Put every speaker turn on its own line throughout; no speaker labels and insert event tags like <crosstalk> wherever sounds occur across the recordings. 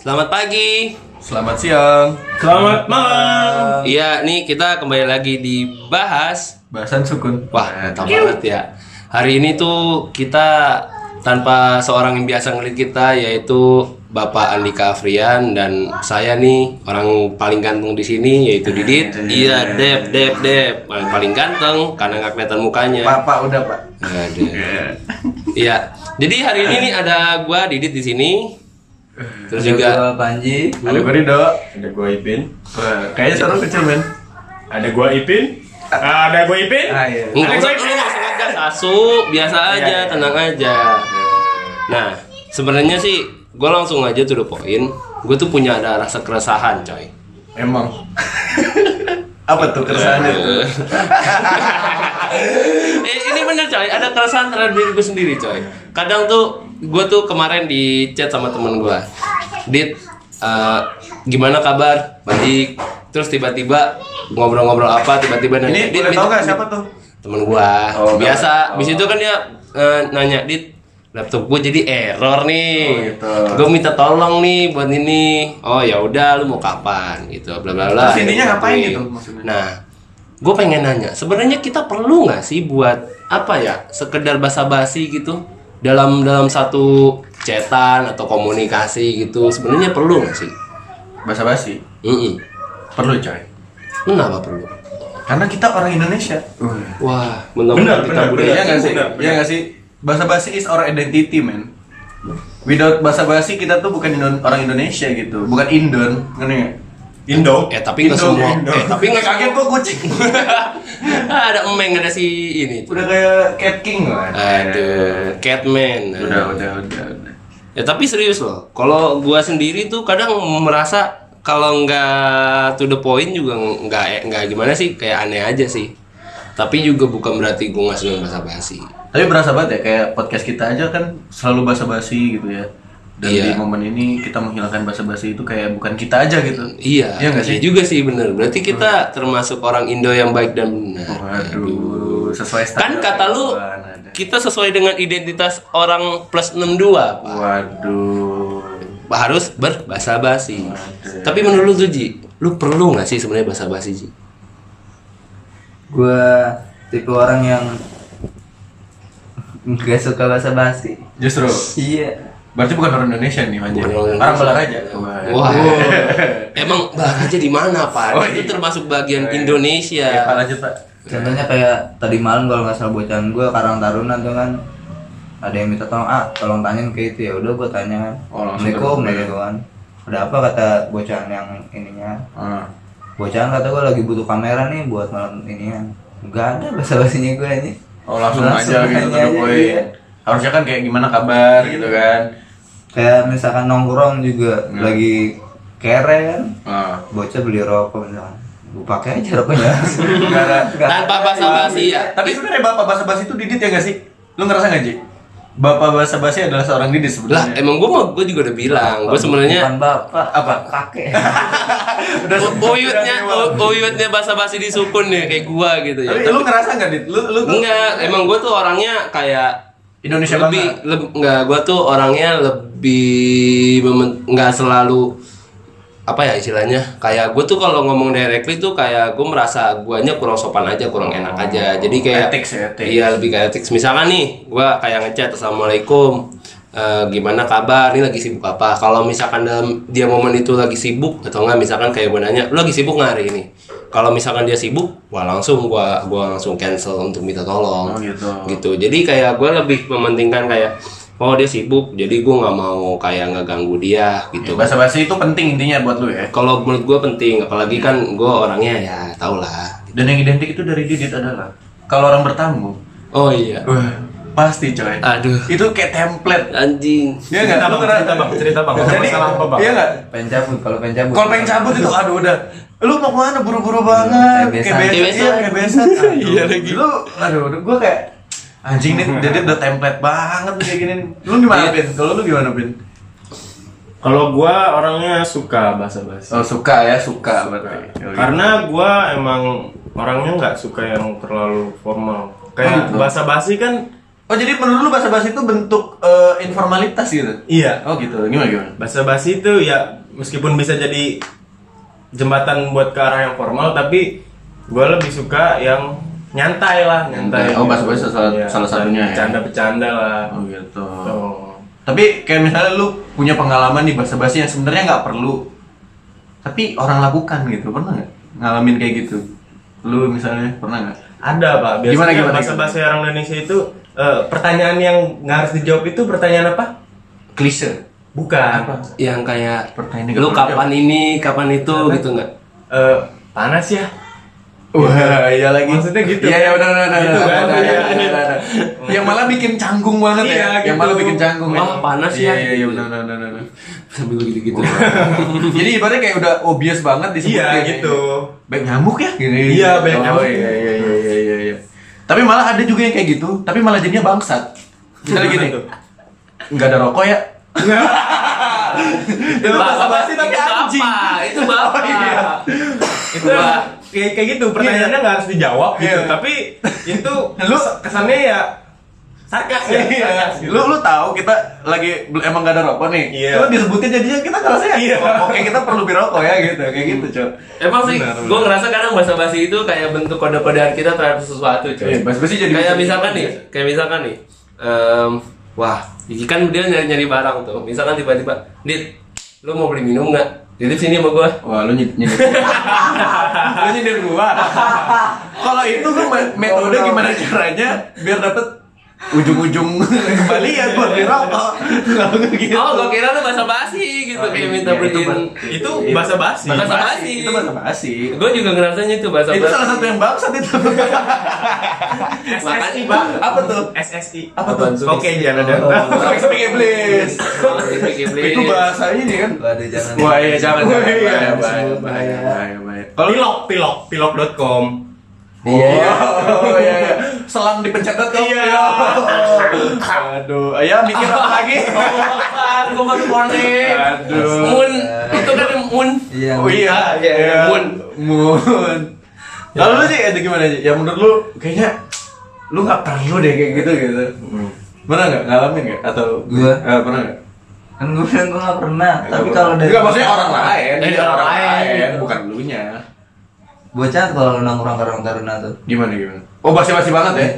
Selamat pagi.
Selamat siang.
Selamat malam.
Iya, nih kita kembali lagi di bahas.
Bahasan sukun.
Wah, mantap banget ya. Hari ini tuh kita tanpa seorang yang biasa ngelit kita yaitu Bapak Andika Afrian dan saya nih orang paling ganteng di sini yaitu Didit. Iya, Dep, Dep, Dep. Paling, paling ganteng karena nggak kelihatan mukanya.
Pak, Pak, udah, Pak.
Aduh. Iya. Jadi hari ini nih ada gua Didit di sini. Terus juga
Panji
Ada gue Rido.
Ada gua Ipin.
Wah, Kayaknya seorang kecil, men.
Ada gua Ipin. Ah, Ada gua Ipin.
Ah iya
Enggak usah dulu, langsung aja Sasu, biasa
Iya,
aja, tenang aja Nah, sebenarnya sih gue langsung aja tuh the point Gue tuh punya ada rasa keresahan coy
Emang. <laughs> Apa tuh keresahannya? tuh?
eh, Ini bener coy, ada keresahan terhadap diri gue sendiri coy Kadang tuh, gue tuh kemarin di chat sama temen gue Dit, eh, gimana kabar? Baik Terus tiba-tiba ngobrol-ngobrol apa, tiba-tiba nanya,
Ini
"Dit,
boleh
Dit,
tau gak
Dit,
siapa tuh?
temen gua
Oh,
biasa
nggak.
abis itu kan dia eh, nanya dit laptop gua jadi error nih
Oh, gitu.
gua minta tolong nih buat ini oh ya udah lu mau kapan gitu bla bla bla
Terus intinya
Akhirnya
ngapain
gua-
gitu maksudnya?
nah gua pengen nanya sebenarnya kita perlu nggak sih buat apa ya sekedar basa-basi gitu dalam dalam satu cetan atau komunikasi gitu sebenarnya perlu nggak sih
Bahasa basi.
Mm-mm.
Perlu, coy.
kenapa perlu
Karena kita orang Indonesia.
wah benar
benar,
kita budaya
Iya nggak sih?
benar,
Iya nggak sih? Bahasa basi is our identity, man. Without bahasa basi kita tuh bukan Indon- orang Indonesia gitu, bukan Indon, ngerti nggak?
Indo.
eh tapi nggak
Indo,
semua
Indo.
eh tapi nggak
kaget kok kucing. <laughs>
Ah, <laughs> ada emeng ada si ini
udah kayak cat king lah.
Ah, aduh catman
Udah, udah, udah, udah.
ya tapi serius loh kalau gua sendiri tuh kadang merasa kalau nggak to the point juga nggak nggak gimana sih kayak aneh aja sih tapi juga bukan berarti gua nggak seneng bahasa basi
Tapi berasa banget ya kayak podcast kita aja kan selalu basa-basi gitu ya. Dan
Iya.
di momen ini kita menghilangkan basa-basi itu kayak bukan kita aja gitu.
iya
Iya nggak sih? Hmm.
juga sih bener berarti kita termasuk orang Indo yang baik dan benar
Waduh, sesuai
kan
standar.
kata lu
perempuan Hmm. ada.
kita sesuai dengan identitas orang plus 62 pak
Waduh.
harus berbahasa basi. Tapi menurut lu Ji, lu perlu nggak sih sebenarnya bahasa basi Ji?
Gue tipe orang yang Gak suka bahasa basi
Justru
Iya
berarti bukan orang Indonesia nih
Bukan
hanya
orang
orang,
Indonesia.
Balaraja.
Wah, emang Balaraja di mana Pak?
Oh,
Itu
iya.
termasuk bagian
Oh, iya.
Indonesia.
Ya, Pak lanjut, Pak.
Contohnya kayak tadi malam kalau nggak salah bocoran gue Karang Taruna tuh kan ada yang minta tolong ah tolong tanyain ke itu ya udah gue tanya
Oh, langsung
Assalamualaikum
terbuka ya.
gitu kan ada apa kata bocoran yang ininya
Ah.
bocoran kata gue lagi butuh kamera nih buat malam inian Gak ada bahasa basinya gue aja
Oh, langsung,
Langsung
aja gitu to
aja,
the point.
iya.
Harusnya kan kayak gimana kabar gitu kan.
kayak misalkan nongkrong juga
Hmm.
lagi kere kan
Ah.
bocah beli rokok misalkan gue pakai aja rokoknya <laughs>
Nggak ada.
Nggak
Tanpa
ada.
basa basi ya.
Iya. Tapi sebenarnya bapak bahasa basi itu Didit ya gak sih? Lu ngerasa gak, Ji? Bapak bahasa basi adalah seorang
Lah,
Didit sebenarnya.
emang gua mau gua juga udah bilang, gua
bukan
sebenarnya
bapak
Apa? <laughs>
kakek
u- uyutnya u- uyutnya bahasa basi di sukun nih kayak gua gitu ya.
Tapi
Tapi-
lu ngerasa gak, Dit? Lu lu tuh
Enggak, emang gua tuh orangnya kayak
Indonesia
lebih
banget.
leb- nggak gue tuh orangnya lebih memen- nggak selalu apa ya istilahnya kayak gue tuh kalau ngomong directly tuh kayak gue merasa guanya kurang sopan aja kurang enak aja jadi kayak
Oh, Ethics ya, ethics.
iya lebih kayak ethics misalkan nih gue kayak ngechat assalamualaikum eh, gimana kabar ini lagi sibuk apa kalau misalkan dalam dia momen itu lagi sibuk atau enggak misalkan kayak gue nanya lu lagi sibuk nggak hari ini kalau misalkan dia sibuk wah langsung gua gua langsung cancel untuk minta tolong
Oh, gitu.
gitu jadi kayak gue lebih mementingkan kayak oh dia sibuk jadi gue nggak mau kayak ngeganggu dia
Ya,
gitu
bahasa basi itu penting intinya buat lu ya.
kalau menurut gue penting apalagi kan gue orangnya ya tau lah
Dan yang identik itu dari Didit adalah kalau orang bertamu,
oh iya
wah, pasti coy.
aduh
Itu kayak template.
anjing
Iya enggak? Lu ngerasa
cerita bang,
Jadi, iya nggak?
pengen cabut kalau pengen cabut
Kalau pengen cabut itu aduh udah. Lu mau kemana buru-buru banget?
Kayak biasa.
Kayak
Kayak
biasa. Iya,
biasa.
kayak biasa. <laughs> Iya lagi. Lu aduh udah gua kayak anjing nih jadi udah template banget nih kayak gini. Lu gimana, Pin? Kalau lu gimana, Pin?
Kalau gua orangnya suka bahasa basi.
Oh, iya. suka ya, suka berarti.
Karena gua emang orangnya nggak suka yang terlalu formal. Kayak bahasa basi kan
Oh jadi menurut lu bahasa basi itu bentuk eh, informalitas gitu?
Iya.
Oh gitu. Gimana gimana?
Bahasa basi itu ya meskipun bisa jadi jembatan buat ke arah yang formal tapi gue lebih suka yang nyantai lah
Nyantai.
nyantai.
Oh, bahasa basi salah- salah satunya ya?
Bercanda-bercanda lah.
Oh gitu.
Tuh.
Tapi kayak misalnya lu punya pengalaman di bahasa basi yang sebenarnya nggak perlu, tapi orang lakukan gitu, pernah nggak ngalamin kayak gitu? Lu misalnya pernah nggak?
Ada pak. Biasanya
Gimana, gimana,
bahasa bahasa orang Indonesia itu eh, pertanyaan yang nggak harus dijawab itu pertanyaan apa?
klise
Bukan.
yang kayak
Pertanyaan nggak
lu
perlu
kapan ini kapan itu gitu nggak
Eh, panas ya.
Wah, iya lagi.
Maksudnya gitu.
Iya, iya, benar, benar, benar, benar,
Gitu kan?
benar,
Iya.
benar, benar, benar. Yang malah bikin canggung banget
Iya,
ya. Yang
gitu.
malah bikin canggung. ya.
Oh, panas
Iya,
ya.
Iya, iya, benar, benar, benar, benar.
sambil gitu gitu
<laughs> Jadi ibaratnya kayak udah obvious banget disebutin.
Iya,
ya.
gitu.
Baik nyamuk ya? Gini.
Iya, baik
Oh,
nyamuk.
Iya, iya, iya, iya, iya, iya. Tapi malah ada juga yang kayak gitu, tapi malah jadinya bangsat. Misalnya gini.
Gitu.
Enggak ada rokok ya? <laughs> Itu bahasa basi tapi anjing. Oh, iya.
itu bapak
itu kayak kayak gitu pertanyaannya nggak harus dijawab gitu
Iya.
tapi itu
<laughs> Lu-
kesannya ya sarkas ya sarkas
Iya.
gitu.
Lu lu tahu kita lagi bel- emang gak ada rokok nih.
Iya.
Lu disebutin jadinya kita ngerasa ya.
Iya.
oh, Oke, kita perlu beli rokok ya gitu.
Hmm.
Kayak gitu, Cok.
emang sih
Benar, benar.
gue ngerasa kadang bahasa basi itu kayak bentuk kode-kodean kita terhadap sesuatu coy
Iya, bahasa basi jadi
kayak
bisa-
misalkan nih kayak misalkan nih em, wah Iki kan dia nyari nyari barang tuh misalkan tiba-tiba dit lu mau beli minum nggak jadi sini sama gue
Wah, lu nyindir.
<laughs>
lu nyindir gua. Kalau itu gua me- metode gimana caranya biar dapet ujung-ujung kembali ya gua beli rokok. Kalau gua gitu.
oh gue kira lu bahasa basi gitu kayak minta
Iya, itu
beliin
bahasa-
itu bahasa basi
Bahasa
Bahasa
basi.
Itu bahasa basi.
gue juga ngerasanya itu bahasa
Itu
basi
salah satu yang bangsat itu.
SSI
Pak.
Apa tuh?
SSI
Apa Oh. tuh?
Apaan tuh?
oke jangan ada
Sampai speak Iblis. Itu bahasa ini kan.
Waduh jangan.
Wah, iya jangan.
Wah,
Bahaya,
iya.
bahaya, bahaya, bahaya, bahaya. Kalau lu-
<laughs> pilok pilok pilok.com
Iya. Oh, iya, iya. <laughs> Selang dipencet tuh.
Iya.
Aduh, ya mikir apa lagi?
gue baru konek
Aduh.
mun
Eh.
itu kan mun
Iya.
Oh iya, iya. iya.
Mun.
Mun. Lalu lu sih itu gimana sih? Ya menurut lu kayaknya lu nggak perlu deh kayak gitu gitu. Pernah nggak ngalamin nggak atau
Gua?
Eh, pernah nggak?
Kan gue bilang gue gak pernah. Tapi kalau dari
Nggak, maksudnya orang lain,
Dari
Jadi orang
orang lain.
lain, bukan lunya.
bocah kalau nongkrong karang taruna tuh.
Gimana gimana? Oh basi-basi banget ya?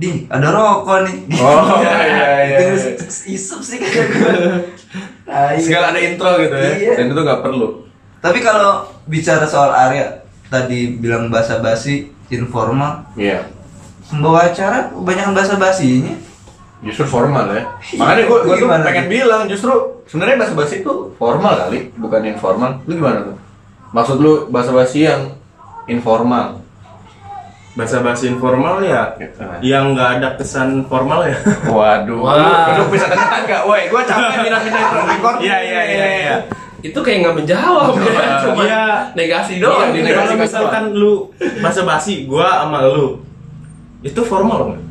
Di, ada rokok nih.
<laughs> Oh, iya, iya, iya.
Terus isup sih <laughs> kata gue. Nah, iya.
Segala ada intro gitu ya,
Iya.
dan itu nggak perlu.
Tapi kalau bicara soal area tadi bilang basa-basi informal,
Iya.
membawa acara kebanyakan basa-basinya.
Justru formal ya. Makanya gue gue tuh
Gimana
pengen
tuh?
bilang justru sebenarnya bahasa basi itu formal kali, bukan informal. Lu gimana tuh? Maksud lu bahasa basi yang informal?
bahasa basi informal ya yang nggak ada kesan formal ya
Waduh.
Wah.
Lu, lu bisa kenalan nggak? Woi, gue capek <laughs> pindah-pindah intro record.
<laughs> Iya, iya, iya, iya.
itu kayak nggak menjawab ya cuma
Iya.
negasi doang
Iya,
di
di negasi.
kalau misalkan lu bahasa basi gua sama lu itu formal nggak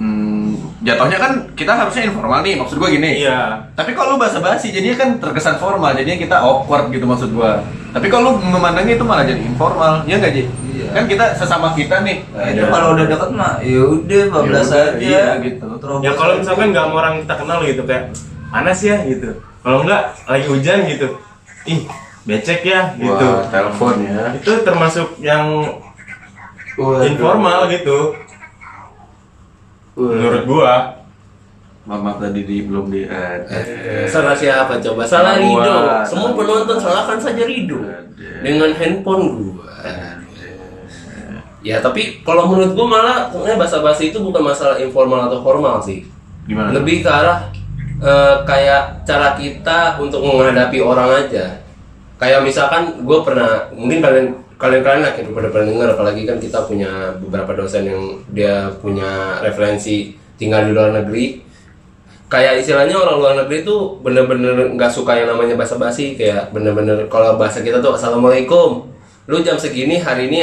Hmm, jatuhnya kan kita harusnya informal nih. Maksud gue gini.
iya
Tapi kalau lu bahasa-basi jadinya kan terkesan formal, jadinya kita awkward gitu maksud gua. Tapi kalau lu memandangnya itu malah jadi informal, ya nggak Ji?
Iya.
Kan kita sesama kita nih.
Nah, itu kalau udah deket mah ya udah bablas
Iya. Ya udah,
aja
iya, gitu.
Terobos
Ya kalau
aja.
misalkan nggak sama orang kita kenal gitu kayak panas ya gitu. Kalau nggak lagi hujan gitu. Ih, becek ya gitu.
telepon ya.
Itu termasuk yang
Waduh.
informal gitu. Menurut gua.
Mama tadi di, belum di
Eh,
salah siapa coba salah
Gua.
Rido semua penonton salahkan saja Rido dengan handphone gua ya tapi kalau menurut gua malah sebenarnya bahasa basi itu bukan masalah informal atau formal sih
Gimana?
lebih ke arah eh, kayak cara kita untuk menghadapi orang aja kayak misalkan gue pernah mungkin kalian kalian kalian akan pada pernah dengar apalagi kan kita punya beberapa dosen yang dia punya referensi tinggal di luar negeri kayak istilahnya orang luar negeri tuh bener-bener nggak suka yang namanya basa-basi kayak bener-bener kalau bahasa kita tuh assalamualaikum lu jam segini hari ini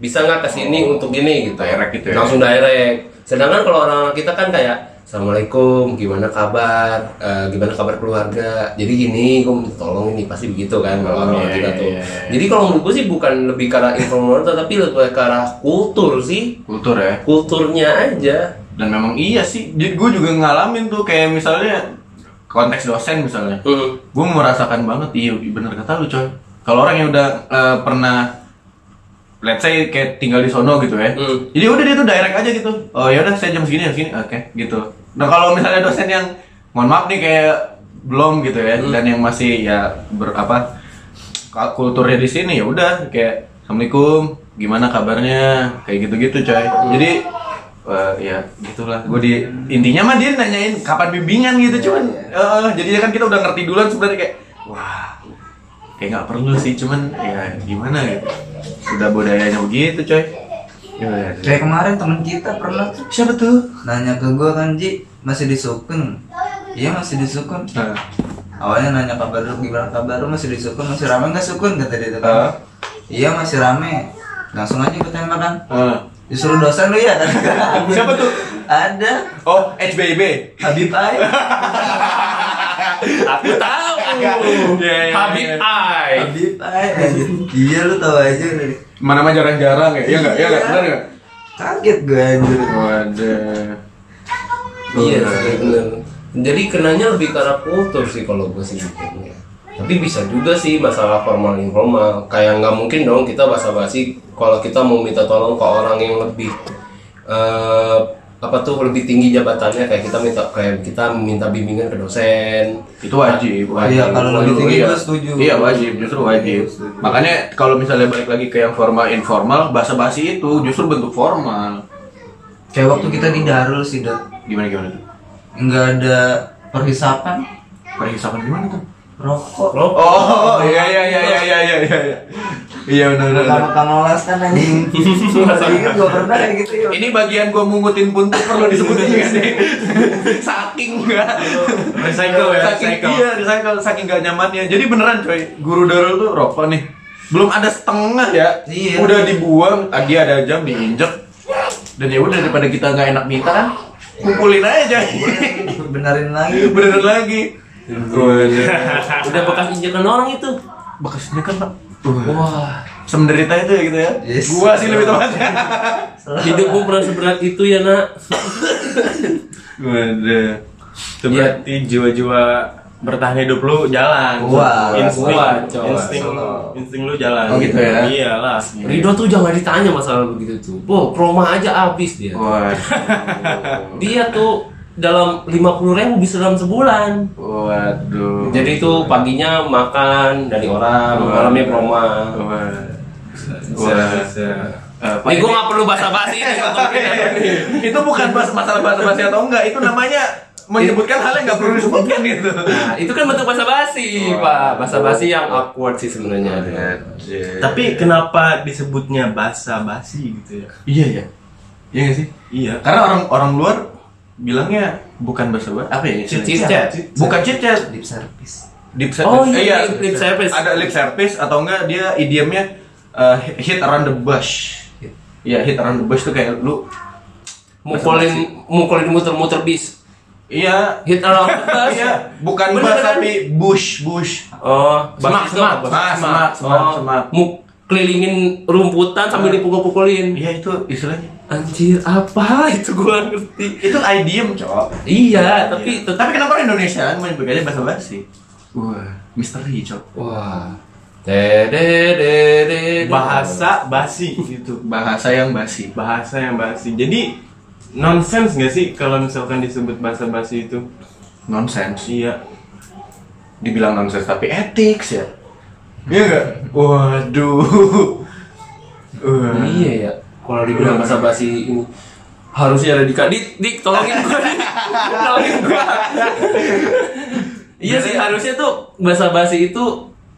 bisa nggak kesini untuk gini gitu
Oh. Direct gitu ya.
langsung direct sedangkan kalau orang kita kan kayak assalamualaikum gimana kabar Eh, gimana kabar keluarga jadi gini gue minta tolong ini pasti begitu kan kalau orang
Iya,
kita
iya,
tuh
iya, iya.
jadi kalau menurut gue sih bukan lebih ke arah informal tapi lebih ke arah kultur sih
Kultur ya.
kulturnya aja
dan memang iya sih jadi gue juga ngalamin tuh kayak misalnya konteks dosen misalnya
Hmm.
gue merasakan banget iya bener kata lu coy kalau orang yang udah eh, pernah let's say kayak tinggal di sono gitu ya
Hmm.
jadi udah dia tuh direct aja gitu oh ya udah saya jam segini jam segini oke gitu nah kalau misalnya dosen yang mohon maaf nih kayak belum gitu ya dan yang masih ya berapa kulturnya di sini ya udah kayak assalamualaikum gimana kabarnya kayak gitu-gitu coy jadi eh, ya gitulah gue di intinya mah dia nanyain kapan bimbingan gitu cuman eh, jadinya kan kita udah ngerti duluan sebenarnya kayak wah kayak nggak perlu sih cuman ya gimana gitu udah budayanya begitu coy Iya, Gimana?
Kayak kemarin temen kita pernah tuh
siapa tuh
nanya ke gua kan Ji masih di Sukun. Iya masih di Sukun.
Nah,
Awalnya nanya kabar lu gimana kabar lu masih di Sukun masih rame nggak Sukun kata dia
Ah.
tuh kan. Iya masih rame. Langsung aja gue tembak kan.
eh.
Disuruh dosen lu ya kan.
<laughs> siapa tuh
Ada
oh HBB
Habib Ai.
Aku tahu. iya, Habib Ai.
Habib Ai. anjir. Iya lu tahu aja dari.
mana mah jarang-jarang ya iya nggak iya nggak benar nggak
Kaget gue anjir.
waduh
Iya, bener. Jadi kenanya lebih ke arah kultur sih kalau gue sih mikirnya. Tapi bisa juga sih masalah formal informal. Kayak nggak mungkin dong kita basa-basi kalau kita mau minta tolong ke orang yang lebih eh, apa tuh lebih tinggi jabatannya kayak kita minta kayak kita minta bimbingan ke dosen.
itu wajib, wajib.
Iya, kalau lebih tinggi
Oh, Iya.
gua setuju.
Iya wajib, justru wajib. Makanya kalau misalnya balik lagi ke yang formal informal, bahasa basi itu justru bentuk formal.
Kayak waktu kita di Darul sih dok.
Gimana gimana tuh?
Nggak ada perhisapan
Perhisapan gimana tuh?
rokok.
Oh iya iya iya iya iya iya iya. Iya benar benar, benar.
Makan-makan olas kan anjing. Masih ingat gue pernah kayak gitu ya.
Ini bagian gua mungutin pun tuh perlu disebutin nggak sih? Saking enggak.
Recycle ya,
saking
recycle.
iya, recycle saking gak nyamannya. Jadi beneran coy, guru Darul tuh rokok nih. Belum ada setengah ya.
Iya.
Udah dibuang, tadi ada jam diinjek. Dan ya udah daripada kita nggak enak minta kan, kumpulin aja.
<laughs> Benerin lagi.
Beneran lagi.
Udah bekas injekan orang itu.
Bekasnya kan Pak.
Wah,
Semenderita itu ya gitu ya.
Yes.
Gua sih lebih tepatnya.
<laughs> hidup gue pernah seberat itu ya nak.
Waduh.
Itu berarti jiwa-jiwa bertahan hidup lu jalan.
Wah,
insting,
wah, coy.
insting, insting lu jalan.
Oh, gitu ya?
Iyalah.
Ridho tuh jangan ditanya masalah begitu tuh. Bo, promo aja habis dia.
<laughs> Waduh.
Dia tuh dalam 50.000 ribu bisa dalam sebulan.
Waduh.
Jadi tuh paginya makan dari orang,
Oh,
malamnya
iya.
proma.
Wah. Wah.
Iya.
Eh, Pak,
Nih gue nggak perlu basa-basi.
<laughs>
ini contohnya.
Iya. itu bukan bahas masalah bahasa basi atau enggak itu namanya menyebutkan hal yang nggak perlu disebutkan gitu
Nah, itu kan bentuk basa-basi, Pak. Basa-basi yang awkward sih sebenarnya.
Iya.
Tapi kenapa disebutnya basa basi gitu ya?
iya ya iya nggak sih
Iya.
karena orang orang luar bilangnya bukan bahasa basi apa ya
Chit
istilahnya?
chat.
bukan chit chat
Lip service.
lip service
Oh, iya, lip- lip service.
ada lip service atau enggak dia idiomnya eh, hit around the bush Iya, hit around the bush tuh kayak lu
Mukulin mukulin muter-muter bis.
Iya,
Hit
<laughs>
around the bus.
iya, bukan
Bener
bus
kan?
tapi bush, bush.
Oh, semak
Bus itu
semak.
apa? Ah, semak, semak,
Oh,
semak.
mu- kelilingin rumputan sambil dipukul-pukulin.
Iya itu istilahnya.
Anjir, apa <laughs> itu gua nggak ngerti.
Itu idiom, cok.
Iya, tapi tetap
Tapi kenapa orang Indonesia menyebutkannya bahasa basi? Wah, misteri, cok.
wah. De de de de. de.
Bahasa basi gitu.
Bahasa yang basi.
Bahasa yang basi. Jadi nonsense gak sih kalau misalkan disebut bahasa basi itu?
Nonsense.
Iya.
Dibilang nonsense tapi ethics ya. Iya enggak? Waduh. Wah.
Iya ya. Kalau dibilang bahasa basi ini harusnya ada Dika. Dik, Dik, tolongin gua. <laughs> Dik. tolongin gua. iya sih harusnya tuh bahasa basi itu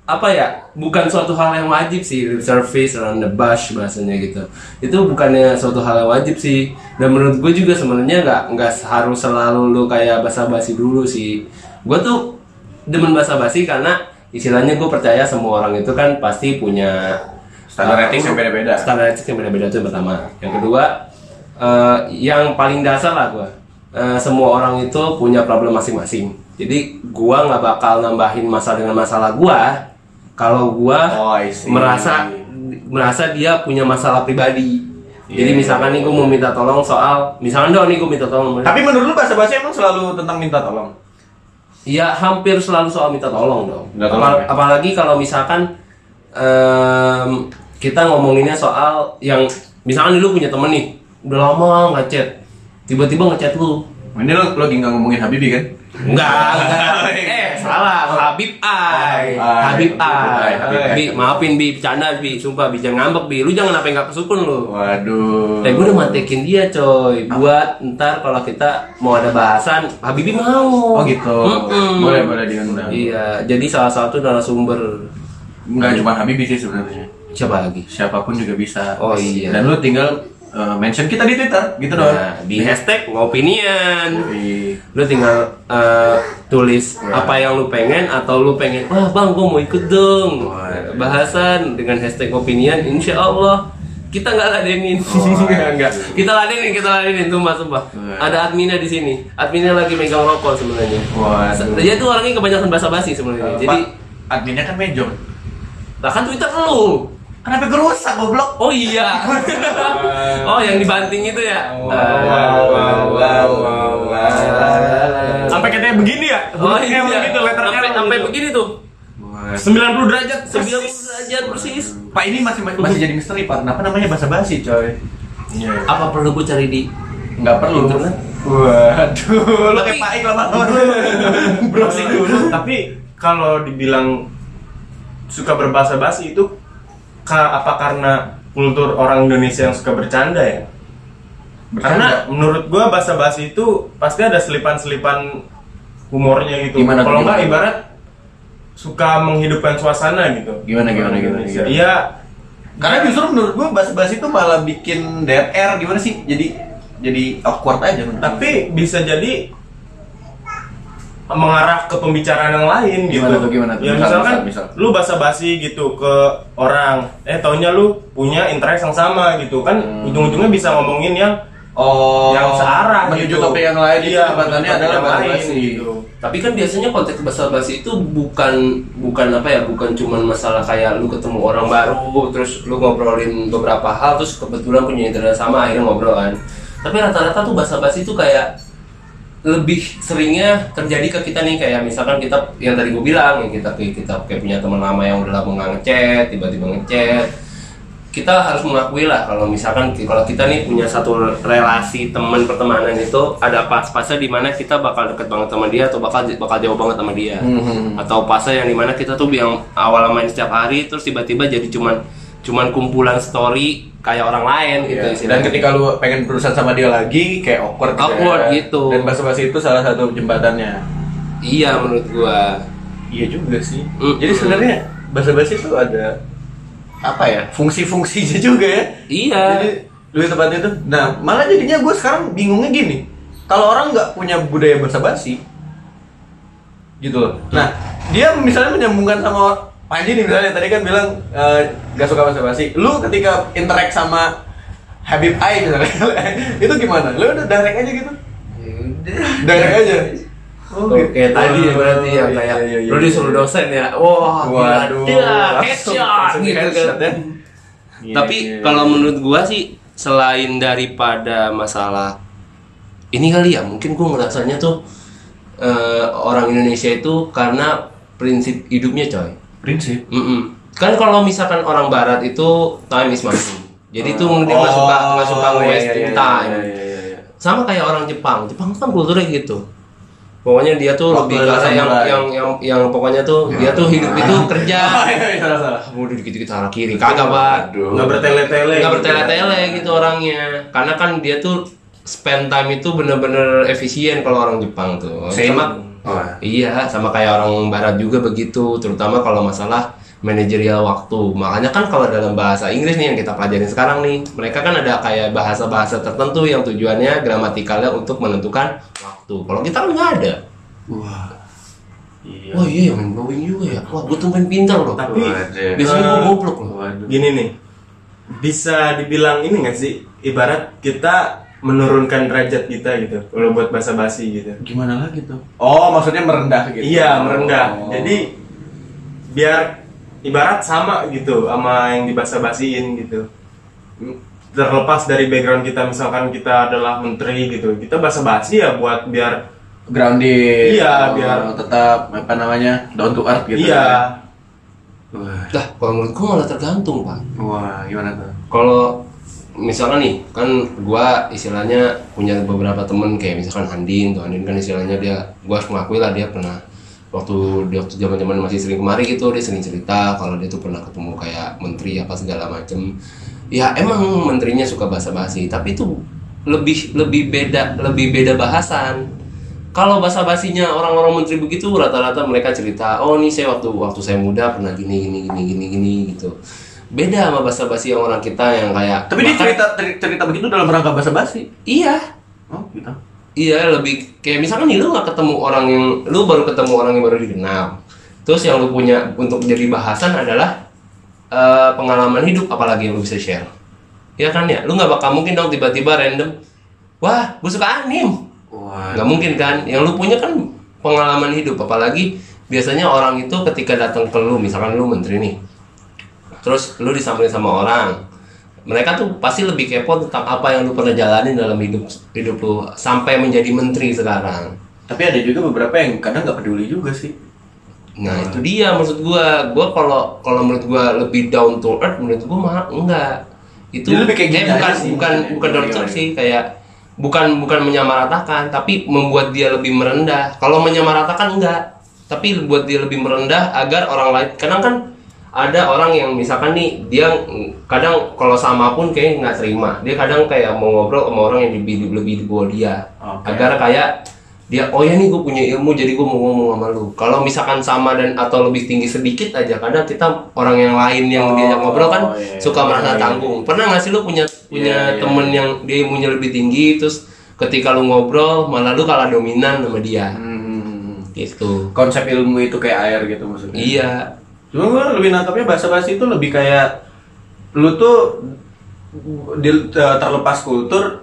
apa ya? Bukan suatu hal yang wajib sih lip service around the bush bahasanya gitu. Itu bukannya suatu hal yang wajib sih. Dan menurut gue juga sebenarnya nggak nggak harus selalu lo kayak bahasa basi dulu sih. Gue tuh demen bahasa basi karena istilahnya gue percaya semua orang itu kan pasti punya
Standar
Uh,
etik yang beda-beda.
standar etik yang beda-beda itu yang pertama yang kedua eh, yang paling dasar lah gue semua orang itu punya problem masing-masing jadi gua nggak bakal nambahin masalah dengan masalah gua kalau gua
Oh, I see.
merasa merasa dia punya masalah pribadi
Iya,
Jadi misalkan nih gue mau minta tolong soal, misalkan dong nih gue minta tolong.
Tapi menurut lu bahasa bahasa emang selalu tentang minta tolong.
Ya hampir selalu soal minta tolong dong.
Minta tolong,
Apal-
ya.
Apalagi kalau misalkan em, kita ngomonginnya soal yang misalkan lu punya temen nih udah lama nggak chat, tiba-tiba ngechat lu.
Ini lo, lo lagi nggak ngomongin Habibie kan?
Enggak,
<laughs>
enggak. eh salah, Habib Ai,
Ai.
Habib Ai,
Habib Ai.
Bi, maafin Bi, bercanda Bi, sumpah Bi, jangan ngambek Bi, lu jangan apa yang gak kesukun lu.
Oh. Waduh.
Eh gue udah matekin dia coy Buat ntar kalau kita mau ada bahasan Habibie mau
Oh gitu.
Mm-mm.
Boleh boleh diundang.
Iya jadi salah satu narasumber
Nggak cuma Habibie sih sebenarnya.
Siapa lagi?
Siapapun juga bisa.
Oh, iya.
Dan lu tinggal eh, mention kita di Twitter gitu doang.
Nah, di hashtag ngopinian
Di-
Lu tinggal eh, tulis apa yang lu pengen Atau lu pengen Wah bang gue mau ikut dong Bahasan dengan hashtag ngopinian Insya Allah kita nggak ladenin, <laughs> Nggak, nggak. Kita ladenin, kita ladenin, sumpah, sumpah. Ada adminnya di sini. Adminnya lagi megang rokok sebenarnya.
Waduh. Nah,
Dia tuh orangnya kebanyakan basa-basi sebenarnya. Jadi,
Jadi adminnya kan mejong.
lah kan Twitter lu.
Kenapa gue rusak goblok?
Oh iya. oh yang dibanting itu ya.
iya.
Ah.
Sampai katanya begini ya?
Oh
Huruf
iya.
M gitu letternya.
Sampai sampai begini tuh.
90 derajat.
90 derajat persis.
Pak ini masih masih jadi misteri Pak. Kenapa namanya basa-basi coy?
Iya.
Apa perlu gue cari di
Nggak perlu.
Internet?
Waduh, lo kayak
Tapi-
Pak Ik lama-lama. Browsing dulu.
Tapi kalau dibilang suka berbahasa basi itu ka- apa karena kultur orang Indonesia yang suka bercanda ya? Karena menurut gua bahasa basi itu pasti ada selipan-selipan humornya gitu.
Gimana,
Kalau
gimana?
nggak ibarat suka menghidupkan suasana gitu.
Gimana, gimana,
Orang
gimana,
Indonesia.
gimana?
Iya.
Karena justru menurut gua basa-basi itu malah bikin dead air gimana sih? Jadi jadi awkward aja menurut gua.
tapi bisa jadi mengarah ke pembicaraan yang lain
Gimana
gitu.
tuh, gimana tuh?
Ya
Misal,
misalkan
misal, misal.
lu basa-basi gitu ke orang, eh taunya lu punya interest yang sama gitu kan ujung-ujungnya bisa ngomongin yang
Hmm. oh,
yang searah
menuju
gitu.
topik yang lain itu
Iya,
kesempatannya
menuju
adalah
topik yang lain
basa-basi.
gitu.
Tapi kan biasanya konteks bahasa basi itu bukan bukan apa ya, bukan cuman masalah kayak lu ketemu orang baru, terus lu ngobrolin beberapa hal, terus kebetulan punya internet sama akhirnya ngobrol kan. Tapi rata-rata tuh bahasa basi itu kayak lebih seringnya terjadi ke kita nih kayak misalkan kita yang tadi gue bilang yang kita kita kayak punya teman lama yang udah lama nggak ngechat tiba-tiba ngechat kita harus mengakui lah kalau misalkan kalau kita nih punya satu relasi teman pertemanan itu ada pas-pasnya di mana kita bakal deket banget sama dia atau bakal bakal jauh banget sama dia
Mm-hmm.
atau pasnya yang dimana kita tuh yang awal main setiap hari terus tiba-tiba jadi cuman cuman kumpulan story kayak orang lain gitu
Iya, Dan
istilahnya.
ketika lu pengen berurusan sama dia lagi, kayak awkward, ya.
Awkward gitu.
Dan basa-basi itu salah satu jembatannya.
iya menurut gua
Iya juga sih.
Mm.
Jadi sebenarnya basa-basi itu ada apa ya? Fungsi-fungsinya juga ya.
Iya.
Jadi lebih tepatnya itu. Nah, malah jadinya gue sekarang bingungnya gini. Kalau orang nggak punya budaya basa-basi, gitu loh. Nah, dia misalnya menyambungkan sama Panji nih misalnya tadi kan bilang eh, nggak suka basa-basi. Lu ketika interact sama Habib Ai misalnya, <laughs> itu gimana? Lu udah direct aja gitu? Direct aja. Oh,
Oke, tadi ya berarti ya
iya,
kayak
iya, iya,
lu
iya.
disuruh dosen ya. Wah,
Waduh,
gila.
langsung-
Headshot
langsung
gitu
headshot ya. Iya,
kan. Tapi kalau menurut gua sih selain daripada masalah ini kali ya, mungkin gua ngerasanya tuh eh, orang Indonesia itu karena prinsip hidupnya coy.
prinsip.
Mm-mm. Kan kalau misalkan orang Barat itu time is money. Jadi tuh dia nggak suka nggak suka
Oh, iya,
wasting
iya, iya,
time.
iya, iya, iya.
sama kayak orang Jepang Jepang kan kulturnya gitu pokoknya dia tuh
Waktu
lebih
ada
karena yang,
samurai.
yang yang yang pokoknya tuh dia tuh hidup itu kerja
salah salah.
udah dikit-dikit arah kiri kagak pak
Nggak bertele-tele.
nggak
gitu.
bertele-tele gitu orangnya karena kan dia tuh spend time itu bener-bener efisien kalau orang Jepang tuh sama iya sama kayak orang Barat juga begitu terutama kalau masalah manajerial waktu makanya kan kalau dalam bahasa Inggris nih yang kita pelajarin sekarang nih mereka kan ada kayak bahasa-bahasa tertentu yang tujuannya gramatikalnya untuk menentukan waktu kalau kita kan nggak ada wah oh iya main blowing juga ya wah gue tuh main pintar loh Nah.
Tapi
biasanya gue goblok loh
gini nih. Bisa dibilang ini nggak sih ibarat kita menurunkan derajat kita gitu kalau buat bahasa basi gitu.
Gimana lagi tuh? Oh, maksudnya merendah gitu.
Iya merendah.
Oh.
Jadi biar ibarat sama gitu sama yang dibasa-basiin gitu. terlepas dari background kita misalkan kita adalah menteri gitu kita bahasa basi ya buat biar
grounded
Iya,
oh,
biar-
tetap apa namanya down to earth gitu
iya
ya. wah,
Lah, kalau menurut gua malah tergantung, Pak.
wah gimana tuh
Kalau misalnya nih, kan gua istilahnya punya beberapa temen kayak misalkan Andin, tuh Andin kan istilahnya dia gua harus mengakui lah dia pernah waktu dia waktu zaman zaman masih sering kemari gitu dia sering cerita kalau dia tuh pernah ketemu kayak menteri apa segala macem ya emang menterinya suka bahasa basi tapi itu lebih lebih beda lebih beda bahasan kalau bahasa basinya orang-orang menteri begitu rata-rata mereka cerita oh nih saya waktu waktu saya muda pernah gini gini gini gini gini gitu beda sama bahasa basi yang orang kita yang kayak
tapi dia
bahkan-
cerita cer- cerita begitu dalam rangka bahasa basi
iya
oh gitu
iya lebih kayak misalkan nih lu nggak ketemu orang yang lu baru ketemu orang yang baru dikenal terus yang lu punya untuk jadi bahasan adalah eh, pengalaman hidup apalagi yang lu bisa share ya kan ya lu nggak bakal mungkin dong tiba-tiba random wah gue suka anim
wah
nggak mungkin kan yang lu punya kan pengalaman hidup apalagi biasanya orang itu ketika datang ke lu misalkan lu menteri nih terus lu disamperin sama orang mereka tuh pasti lebih kepo tentang apa yang lu pernah jalanin dalam hidup hidup lu sampai menjadi menteri sekarang
tapi ada juga beberapa yang kadang nggak peduli juga sih
nah itu dia maksud gua gua kalau kalau menurut gua lebih down to earth menurut gua mah enggak itu
Jadi lebih kayak
kayak
gini
bukan
aja sih,
bukan
Iya, maksudnya.
bukan down to earth
Gimana?
sih kayak bukan bukan menyamaratakan tapi membuat dia lebih merendah kalau menyamaratakan enggak tapi buat dia lebih merendah agar orang lain kadang kan ada orang yang misalkan nih dia mm, kadang kalau sama pun kayak nggak terima dia kadang kayak mau ngobrol sama orang yang lebih lebih di bawah dia
Oke.
agar kayak dia oh ya nih gue punya ilmu jadi gue mau ngomong sama lu kalau misalkan sama dan atau lebih tinggi sedikit aja kadang kita orang yang lain yang
Oh,
diajak ngobrol kan
iya,
suka
iya,
merasa
iya.
tanggung pernah nggak sih lu punya punya
Iya, iya.
temen yang dia ilmunya lebih tinggi terus ketika lu ngobrol malah lu kalah dominan sama dia
Hmm,
gitu
konsep ilmu itu kayak air gitu maksudnya
iya
Cuma gue lebih nangkapnya bahasa basi itu lebih kayak lu tuh di- te- terlepas kultur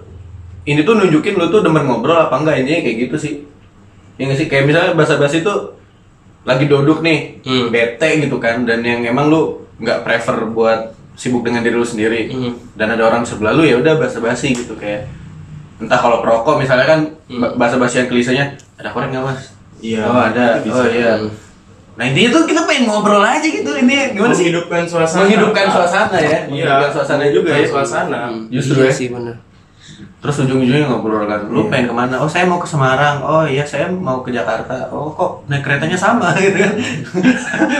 ini tuh nunjukin lu tuh demen ngobrol apa enggak intinya kayak gitu sih. Ya nggak sih kayak misalnya bahasa basi itu lagi duduk nih
Hmm.
bete gitu kan dan yang emang lu nggak prefer buat sibuk dengan diri lu sendiri
Hmm.
dan ada orang sebelah lu ya udah bahasa basi gitu kayak entah kalau perokok misalnya kan
Hmm.
bahasa basi yang klisenya ada korek nggak mas?
Iya.
Oh ada.
Itu bisa.
Oh iya. Nah intinya tuh kita pengen ngobrol aja gitu ini gimana sih?
Menghidupkan suasana. Iya.
Menghidupkan suasana ya. Menghidupkan suasana juga ya.
Menghidupkan suasana.
Justru
Iya
ya.
sih bener
Terus ujung-ujungnya ngobrol kan. Lu pengen kemana? Oh saya mau ke Semarang. Oh iya saya mau ke Jakarta. Oh kok naik keretanya sama <laughs> gitu kan?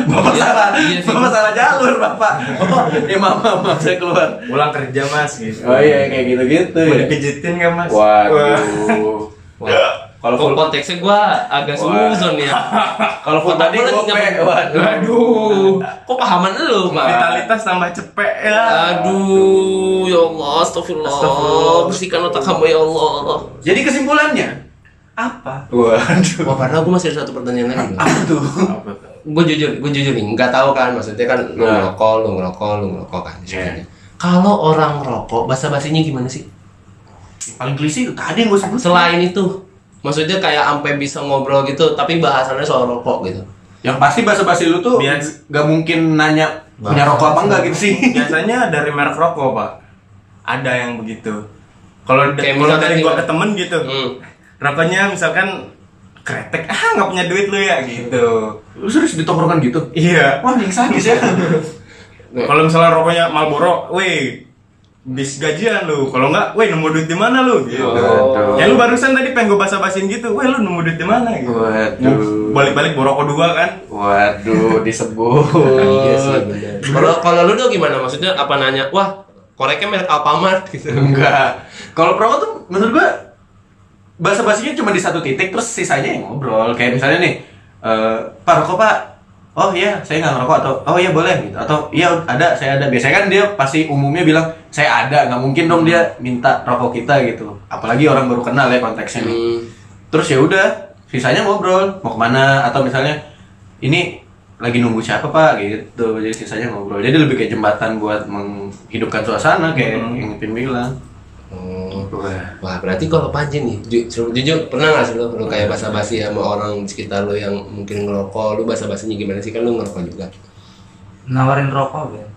bapak salah. bapak salah jalur bapak. Oh ya maaf maaf, maaf, saya keluar.
Pulang kerja mas gitu.
ya. Oh iya kayak gitu-gitu
Mau
ya.
dipijitin nggak mas? Wah.
Waduh.
Wah,
Kalau
kok
full-
konteksnya gua agak
Wah.
suzon ya
<laughs> Kalau full
Otak
tadi
gua
gue
lagi nyampe-
Waduh.
Aduh, kok pahaman lu, Pak?
Vitalitas tambah cepet ya.
Aduh, ya Allah, astagfirullah.
Astagfirullah.
Bersihkan otak hamba ya Allah.
Jadi kesimpulannya apa? Waduh.
Wah, padahal gue masih ada satu pertanyaan lagi.
Apa tuh?
Apa tuh?
gue jujur, gue jujur nih, nggak tahu kan maksudnya kan lu
Nah.
ngerokok, lu ngerokok, lu ngerokok kan. sebenarnya. Kalau orang rokok, bahasa basinya gimana sih?
Paling klise itu tadi yang gue sebut.
Selain itu, maksudnya kayak sampai bisa ngobrol gitu, tapi bahasannya soal rokok gitu.
Yang pasti bahasa basi lu tuh
Bias-
nggak mungkin nanya punya rokok apa enggak gitu sih.
<laughs> Biasanya dari merek rokok pak. Ada yang begitu. Kalau
Kayak
da- kalau
misalkan
dari gua
gimana?
ke temen gitu,
Hmm.
rokoknya misalkan kretek <laughs> ah nggak punya duit lu ya gitu.
Lu serius ditongkrongan gitu?
Iya.
Wah, yang sadis ya.
Kalau misalnya rokoknya Marlboro, weh bis gajian lu. Kalau nggak, weh nemu duit di mana lu?
Iya.
Gitu.
Waduh.
Ya lu barusan tadi pengen gue basa-basin gitu, weh lu nemu duit di mana? Gitu.
Waduh.
Balik-balik boroko dua kan?
Waduh, disebut.
Iya
iya.
Kalau kalau lu tuh gimana? Maksudnya apa nanya? Wah, koreknya merek Alfamart gitu.
Enggak. Kalau perokok tuh menurut gua bahasa basinya cuma di satu titik terus sisanya yang ngobrol. Kayak misalnya nih, eh Pak rokok Pak. Oh iya, saya nggak ngerokok atau oh iya boleh gitu atau iya ada saya ada biasanya kan dia pasti umumnya bilang saya ada nggak mungkin dong dia minta rokok kita gitu apalagi orang baru kenal ya konteksnya nih terus ya udah sisanya ngobrol mau kemana atau misalnya ini lagi nunggu siapa pak gitu jadi sisanya ngobrol jadi lebih kayak jembatan buat menghidupkan suasana kayak yang Pin bilang
Oh. Wah berarti kalau Panji nih, ju- ju- jujur pernah nggak sih lo, lo kayak basa-basi sama orang di sekitar lo yang mungkin ngerokok, lo basa-basinya gimana sih kan lo ngerokok juga?
nawarin rokok Ben.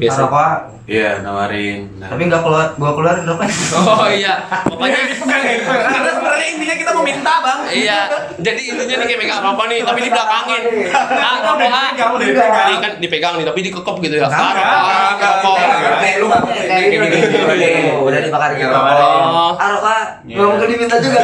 Biasa.
Rokok
Iya, nawarin. Nah.
tapi nggak keluar gua keluarin rokoknya
Oh iya, <laughs> pokoknya
Karena sebenarnya intinya kita meminta bang.
iya. Jadi intinya nih kayak megang apa nih, tapi dibelakangin. Ah, apa
Udah
ah?
dipegang, udah dipegang.
Ini kan dipegang nih, tapi dikekop gitu ya.
Enggak,
Ah, rokok, rokok.
Nih, lu nggak boleh.
Kayak gitu. gini, gini, gini, gini. udah dibakarin gitu
Oh,
ah rokok nggak mungkin diminta juga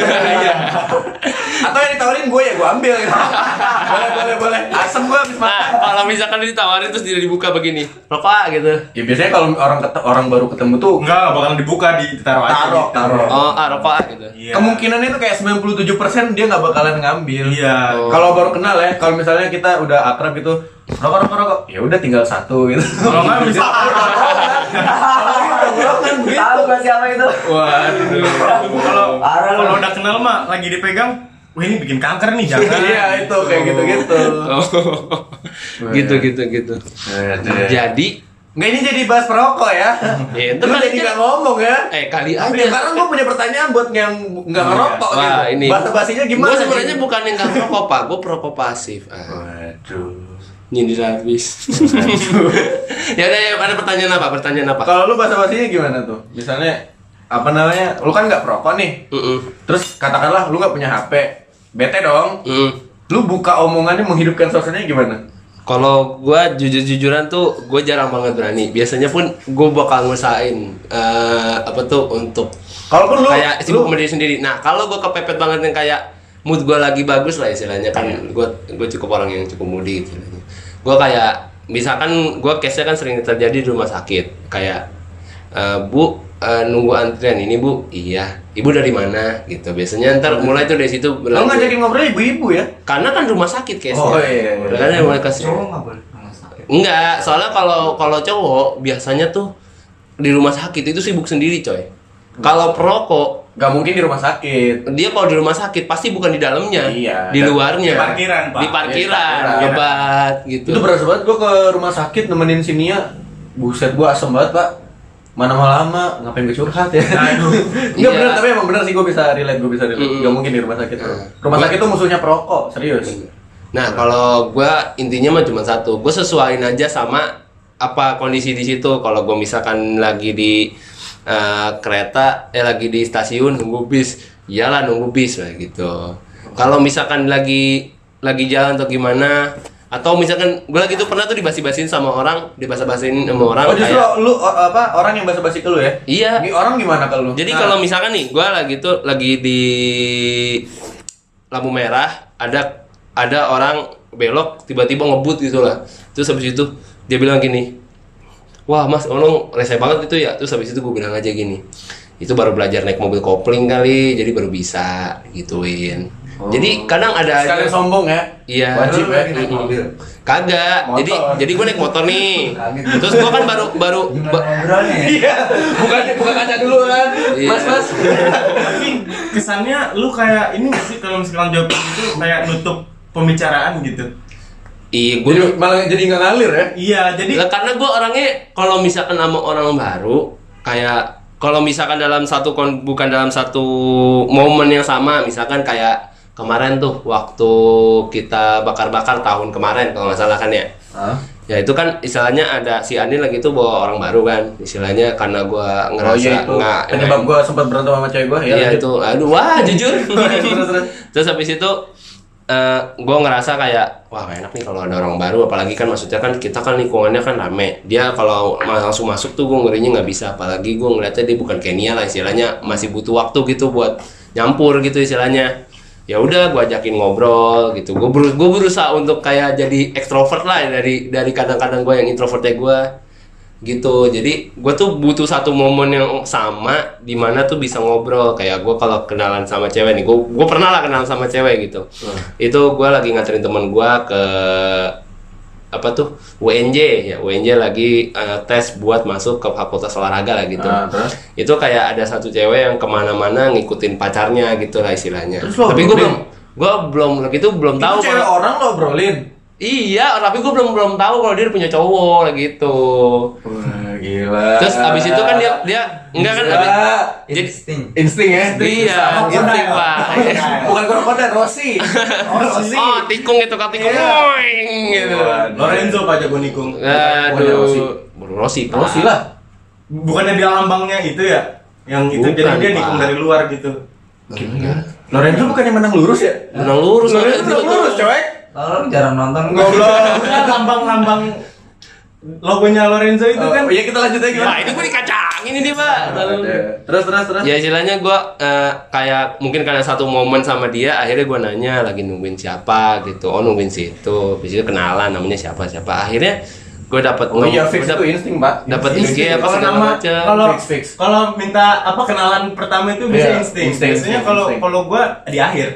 Atau yang ditawarin gue ya gue ambil. gitu. <laughs> boleh boleh boleh. Asem gue habis makan.
Nah, kalau misalkan ditawarin terus tidak dibuka begini, rokok ah, gitu.
Ya biasanya kalau orang kete- orang baru ketemu tuh
Enggak lah, bakal dibuka ditaruh aja.
taruh
gitu.
taruh.
Oh, ah, rokok ah, gitu.
Iya.
Kemungkinannya tuh kayak 97% dia nggak bakalan ngambil.
Iya.
Kalau baru kenal ya, kalau misalnya kita udah akrab gitu, rokok rokok rokok, ya udah tinggal satu gitu.
Kalau nggak bisa
tahu gak siapa itu
Waduh. Kalau
Parah lu.
kalau udah kenal mah lagi dipegang, wah ini bikin kanker nih jangan.
Iya itu kayak gitu gitu.
Oh, gitu gitu gitu.
Iya.
Jadi,
Nggak ini jadi bahas perokok ya.
ya itu
Itu
kan
jadi nggak ngomong ya.
eh kali
Ya,
aja. Iya.
karena gue punya pertanyaan buat yang nggak ngerokok
Wah,
gitu.
ini.
Bahasa basinya gimana?
Gue sebenarnya bukan yang nggak perokok pak, gue perokok pasif. Ah.
Waduh.
Nyindir habis. <laughs> ya ada ada pertanyaan apa? Pertanyaan apa?
Kalau lu bahasa basinya gimana tuh? Misalnya apa namanya? Lu kan nggak perokok nih.
Mm-mm.
Terus katakanlah lu nggak punya HP. Bete dong.
Mm.
Lu buka omongannya menghidupkan suasananya gimana?
Kalau gua jujur-jujuran tuh gue jarang banget berani. Biasanya pun gue bakal ngusahain eh, apa tuh untuk
Kalaupun lu
kayak sibuk
lu-
sama diri sendiri. Nah kalau gue kepepet banget yang kayak mood gue lagi bagus lah istilahnya kan
Iya.
gue gue cukup orang yang cukup moody istilahnya. Gue kayak misalkan gue case nya kan sering terjadi di rumah sakit kayak eh, bu eh, nunggu antrian ini bu iya ibu dari mana gitu biasanya ntar mulai tuh dari situ
lu
berlanjut.
ngajakin ngobrol ibu-ibu ya?
karena kan rumah sakit case
Oh, iya, iya.
karena rumah sakit
nggak boleh nggak sakit.
Enggak, soalnya kalau kalau cowok biasanya tuh di rumah sakit itu sibuk sendiri coy. Kalau perokok
Gak mungkin di rumah sakit.
dia kalau di rumah sakit pasti bukan di dalamnya,
Iya.
di luarnya,
Di parkiran, Pak.
di parkiran,
Iya, di parkiran.
ngebat, gitu.
Itu berasa banget gue ke rumah sakit nemenin Sinia. Buset gue asem banget pak. Mana mau lama ngapain gue curhat ya? <laughs>
Aduh.
Iya.
Iya bener, tapi emang bener sih gue bisa relate, gue bisa relate.
Mm-mm.
Gak mungkin di rumah sakit. bro.
Nah.
Rumah
Gua-
sakit tuh musuhnya perokok, serius. Oh,
Nah, kalau gua intinya mah cuma satu, gue sesuaiin aja sama apa kondisi di situ. Kalau gue misalkan lagi di eh, kereta, eh lagi di stasiun nunggu bis, iyalah nunggu bis lah gitu. Kalau misalkan lagi lagi jalan atau gimana, atau misalkan gue lagi tuh pernah tuh dibasi-basin sama orang, dibasa-basin sama orang
Oh justru
kayak
lu o- apa orang yang basa basi ke lu ya?
Iya.
Ini orang gimana ke lu?
Jadi
Nah,
kalau misalkan nih, gue lagi tuh lagi di lampu merah, ada ada orang belok tiba-tiba ngebut gitu lah. Terus habis itu dia bilang gini, wah mas, tolong rese banget itu ya. Terus habis itu gue bilang aja gini, itu baru belajar naik mobil kopling kali, jadi baru bisa gituin.
Oh.
Jadi kadang ada
sekali
aja.
sombong ya?
Iya.
Wajib ya?
Lagi naik mobil
Kagak.
Motor.
Jadi jadi gue naik motor nih.
Kaget.
Terus gue kan baru baru
gimana
ba-
ngobrolnya ya?
Iya. <laughs> Bukan bukan kaca dulu kan?
Iya.
Mas mas.
Tapi kesannya lu kayak ini nggak sih kalau misalkan jawab itu kayak nutup pembicaraan gitu.
Iya, gue
Jadi malah jadi nggak ngalir ya?
Iya, jadi
Lah, karena gue orangnya kalau misalkan sama orang baru kayak kalau misalkan dalam satu kon- bukan dalam satu momen yang sama misalkan kayak kemarin tuh waktu kita bakar-bakar tahun kemarin kalau nggak salah kan ya
Hah?
ya itu kan istilahnya ada si Andin lagi tuh bawa orang baru kan istilahnya karena gua
Oh
ngerasa
iya itu.
nggak
Penyebab gue sempat berantem sama cewek gue ya.
Iya
lanjut.
itu, aduh
<laughs>
wah jujur.
terus, terus.
terus habis itu eh gue ngerasa kayak wah enak nih kalau ada orang baru apalagi kan maksudnya kan kita kan lingkungannya kan rame dia kalau ma- langsung masuk tuh gue ngerinya nggak bisa apalagi gue ngeliatnya dia bukan Kenia lah istilahnya masih butuh waktu gitu buat nyampur gitu istilahnya ya udah gue ajakin ngobrol gitu gue beru gue berusaha untuk kayak jadi ekstrovert lah dari dari kadang-kadang gue yang introvertnya gue gitu jadi gue tuh butuh satu momen yang sama di mana tuh bisa ngobrol kayak gue kalau kenalan sama cewek nih gue gue pernah lah kenalan sama cewek gitu
Hmm.
itu gue lagi nganterin teman gue ke apa tuh UNJ ya UNJ lagi eh, tes buat masuk ke fakultas olahraga lah gitu
Nah, terus?
itu kayak ada satu cewek yang kemana-mana ngikutin pacarnya gitu lah istilahnya
Terus lo
tapi gue belum
obrolin?
gue belum itu belum
Itu
tahu
cewek
kalau-
orang lo obrolin.
iya tapi gue belum belum tahu kalau dia punya cowok lah gitu
Wah, gila.
Terus abis itu kan dia
Eh,
dia enggak kan abis,
Gila.
jadi
insting
insting ya?
iya
Insting.
insting pak. <laughs>
Bukan krokodil, Rossi. Rossi.
Oh tikung itu kan tikung
Iya.
Woing, gitu.
Waduh. Iya.
Lorenzo Pak Jago Nikung.
Bukan Rossi.
Aduh, Bro Rossi. Pak.
Rossi lah.
Bukannya dia lambangnya itu ya? Yang itu
Bukan,
jadi dia
Pak.
nikung dari luar gitu.
Gimana?
Lorenzo bukan yang menang lurus ya?
Menang lurus.
Lorenzo
Pak.
lurus, coy.
Kalau jarang nonton gua.
<laughs> Goblok. Lambang-lambang logonya Lorenzo itu kan.
iya kita lanjut aja
Wah, ini gue dikacangin ini, Pak.
Terus terus terus.
Ya istilahnya gue kayak mungkin karena satu momen sama dia akhirnya gue nanya lagi nungguin siapa gitu oh nungguin situ habis itu kenalan namanya siapa siapa akhirnya gue dapat
Oh iya fix itu insting pak.
dapat
Insting.
IG apa
Kalau
segala
nama
macam
kalau
Fix, fix.
kalau minta apa kenalan pertama itu
Iya,
bisa insting.
insting,
Biasanya
insting,
kalau
insting.
kalau gua di akhir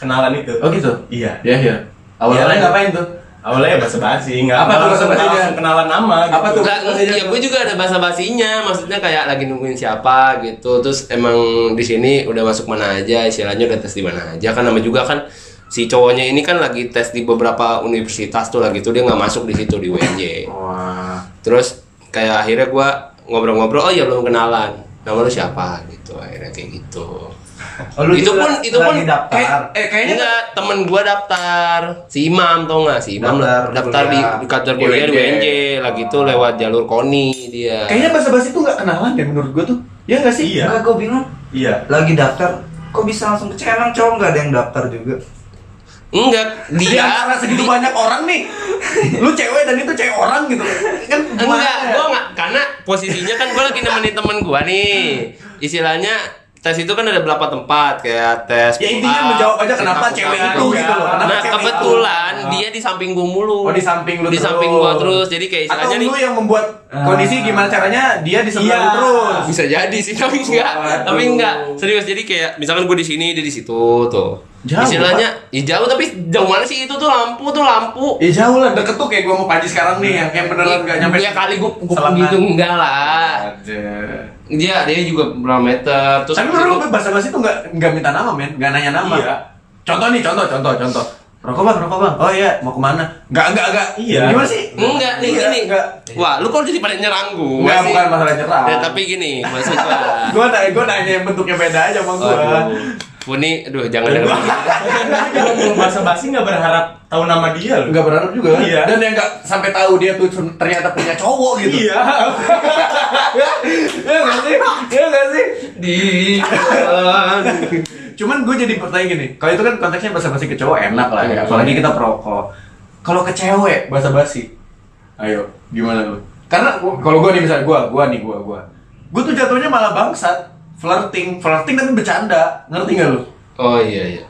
kenalan itu.
Oh gitu.
Iya.
Ya ya. Awalnya
Iya.
ngapain tuh?
Awalnya ya basa-basi, enggak
Apa tuh basa-basinya?
kenalan nama gitu.
Apa tuh?
Enggak, ya gue juga ada bahasa basinya maksudnya kayak lagi nungguin siapa gitu terus emang di sini udah masuk mana aja istilahnya udah tes di mana aja kan nama juga kan si cowoknya ini kan lagi tes di beberapa universitas tuh lagi tuh dia nggak masuk di situ di UNJ
Wah.
terus kayak akhirnya gue ngobrol-ngobrol oh ya belum kenalan nama lu siapa gitu akhirnya kayak gitu
Oh, lu
itu
juga
pun itu pun
lagi daftar.
kayak- eh kayaknya enggak temen gua daftar si Imam tau nggak si Imam
Daftar
daftar, di,
kuliah.
di kantor kuliah di
UNJ.
UNJ lagi tuh lewat jalur Koni dia
Kayaknya basa-basi tuh nggak kenalan deh menurut gua tuh. Ya nggak sih?
Iya.
Enggak gua bingung.
Iya.
Lagi daftar kok bisa langsung ke emang cowok nggak ada yang daftar juga
enggak
Di
dia
antara segitu banyak orang nih, lu cewek dan itu cewek orang gitu kan?
enggak gua enggak karena posisinya kan gua lagi nemenin temen gua nih
Hmm.
istilahnya tes itu kan ada beberapa tempat kayak tes
Ya
pull
intinya
up,
menjawab aja
tes
kenapa
aku
cewek
kaki
itu
gua.
gitu loh.
Nah
Kenapa cewek itu? Ah.
kebetulan dia di samping gua mulu.
Oh, di samping lu
Di
terus.
samping gua terus. Jadi kayak
Atau
istilahnya nih
lu yang membuat kondisi gimana caranya dia di sebelah
Iya.
lu terus.
bisa jadi sih tapi enggak.
Waduh.
Tapi enggak. Serius jadi kayak misalkan gua di sini dia di situ tuh.
Jauh,
istilahnya ya jauh tapi jauh mana sih itu tuh lampu tuh lampu.
Ya jauh lah deket tuh kayak gua mau Panji sekarang nih yang kayak beneran gak nyampe.
Ya kali gua gua
Selatan.
gitu enggak lah.
Ada.
Dia dia juga berapa meter terus
Tapi
habis itu-
menurut gue bahasa basi tuh nggak nggak minta nama men, nggak nanya nama.
Iya.
Contoh nih, contoh, contoh, contoh. Rokok bang, rokok bang. Oh iya, mau kemana? Nggak, nggak, nggak.
Iya.
Gimana sih?
Enggak, nih
Iya,
gini.
Nggak.
Wah, lu kok jadi pada nyerang gua
Nggak,
sih?
bukan masalah nyerang.
Ya, tapi gini, maksud gua.
Gue nanya, gue nanya yang bentuknya beda aja bang gue.
Aduh. Puni, aduh jangan
Dan
dengar.
gua- Kalau basa-basi enggak berharap tahu nama dia loh.
Nggak berharap juga.
Iya.
Dan yang nggak sampai tahu dia tuh ternyata punya cowok gitu.
Iya.
Iya nggak sih? Iya nggak sih?
Di
Cuman gue jadi pertanyaan gini, kalau itu kan konteksnya bahasa basi ke cowok enak lah ya, apalagi kita perokok. Kalau ke cewek bahasa basi, ayo gimana lu? Karena gua- kalau gue nih misalnya gue, gue nih gue, gue, gue tuh jatuhnya malah bangsat, flirting, flirting tapi bercanda, ngerti gak lu?
Oh iya iya.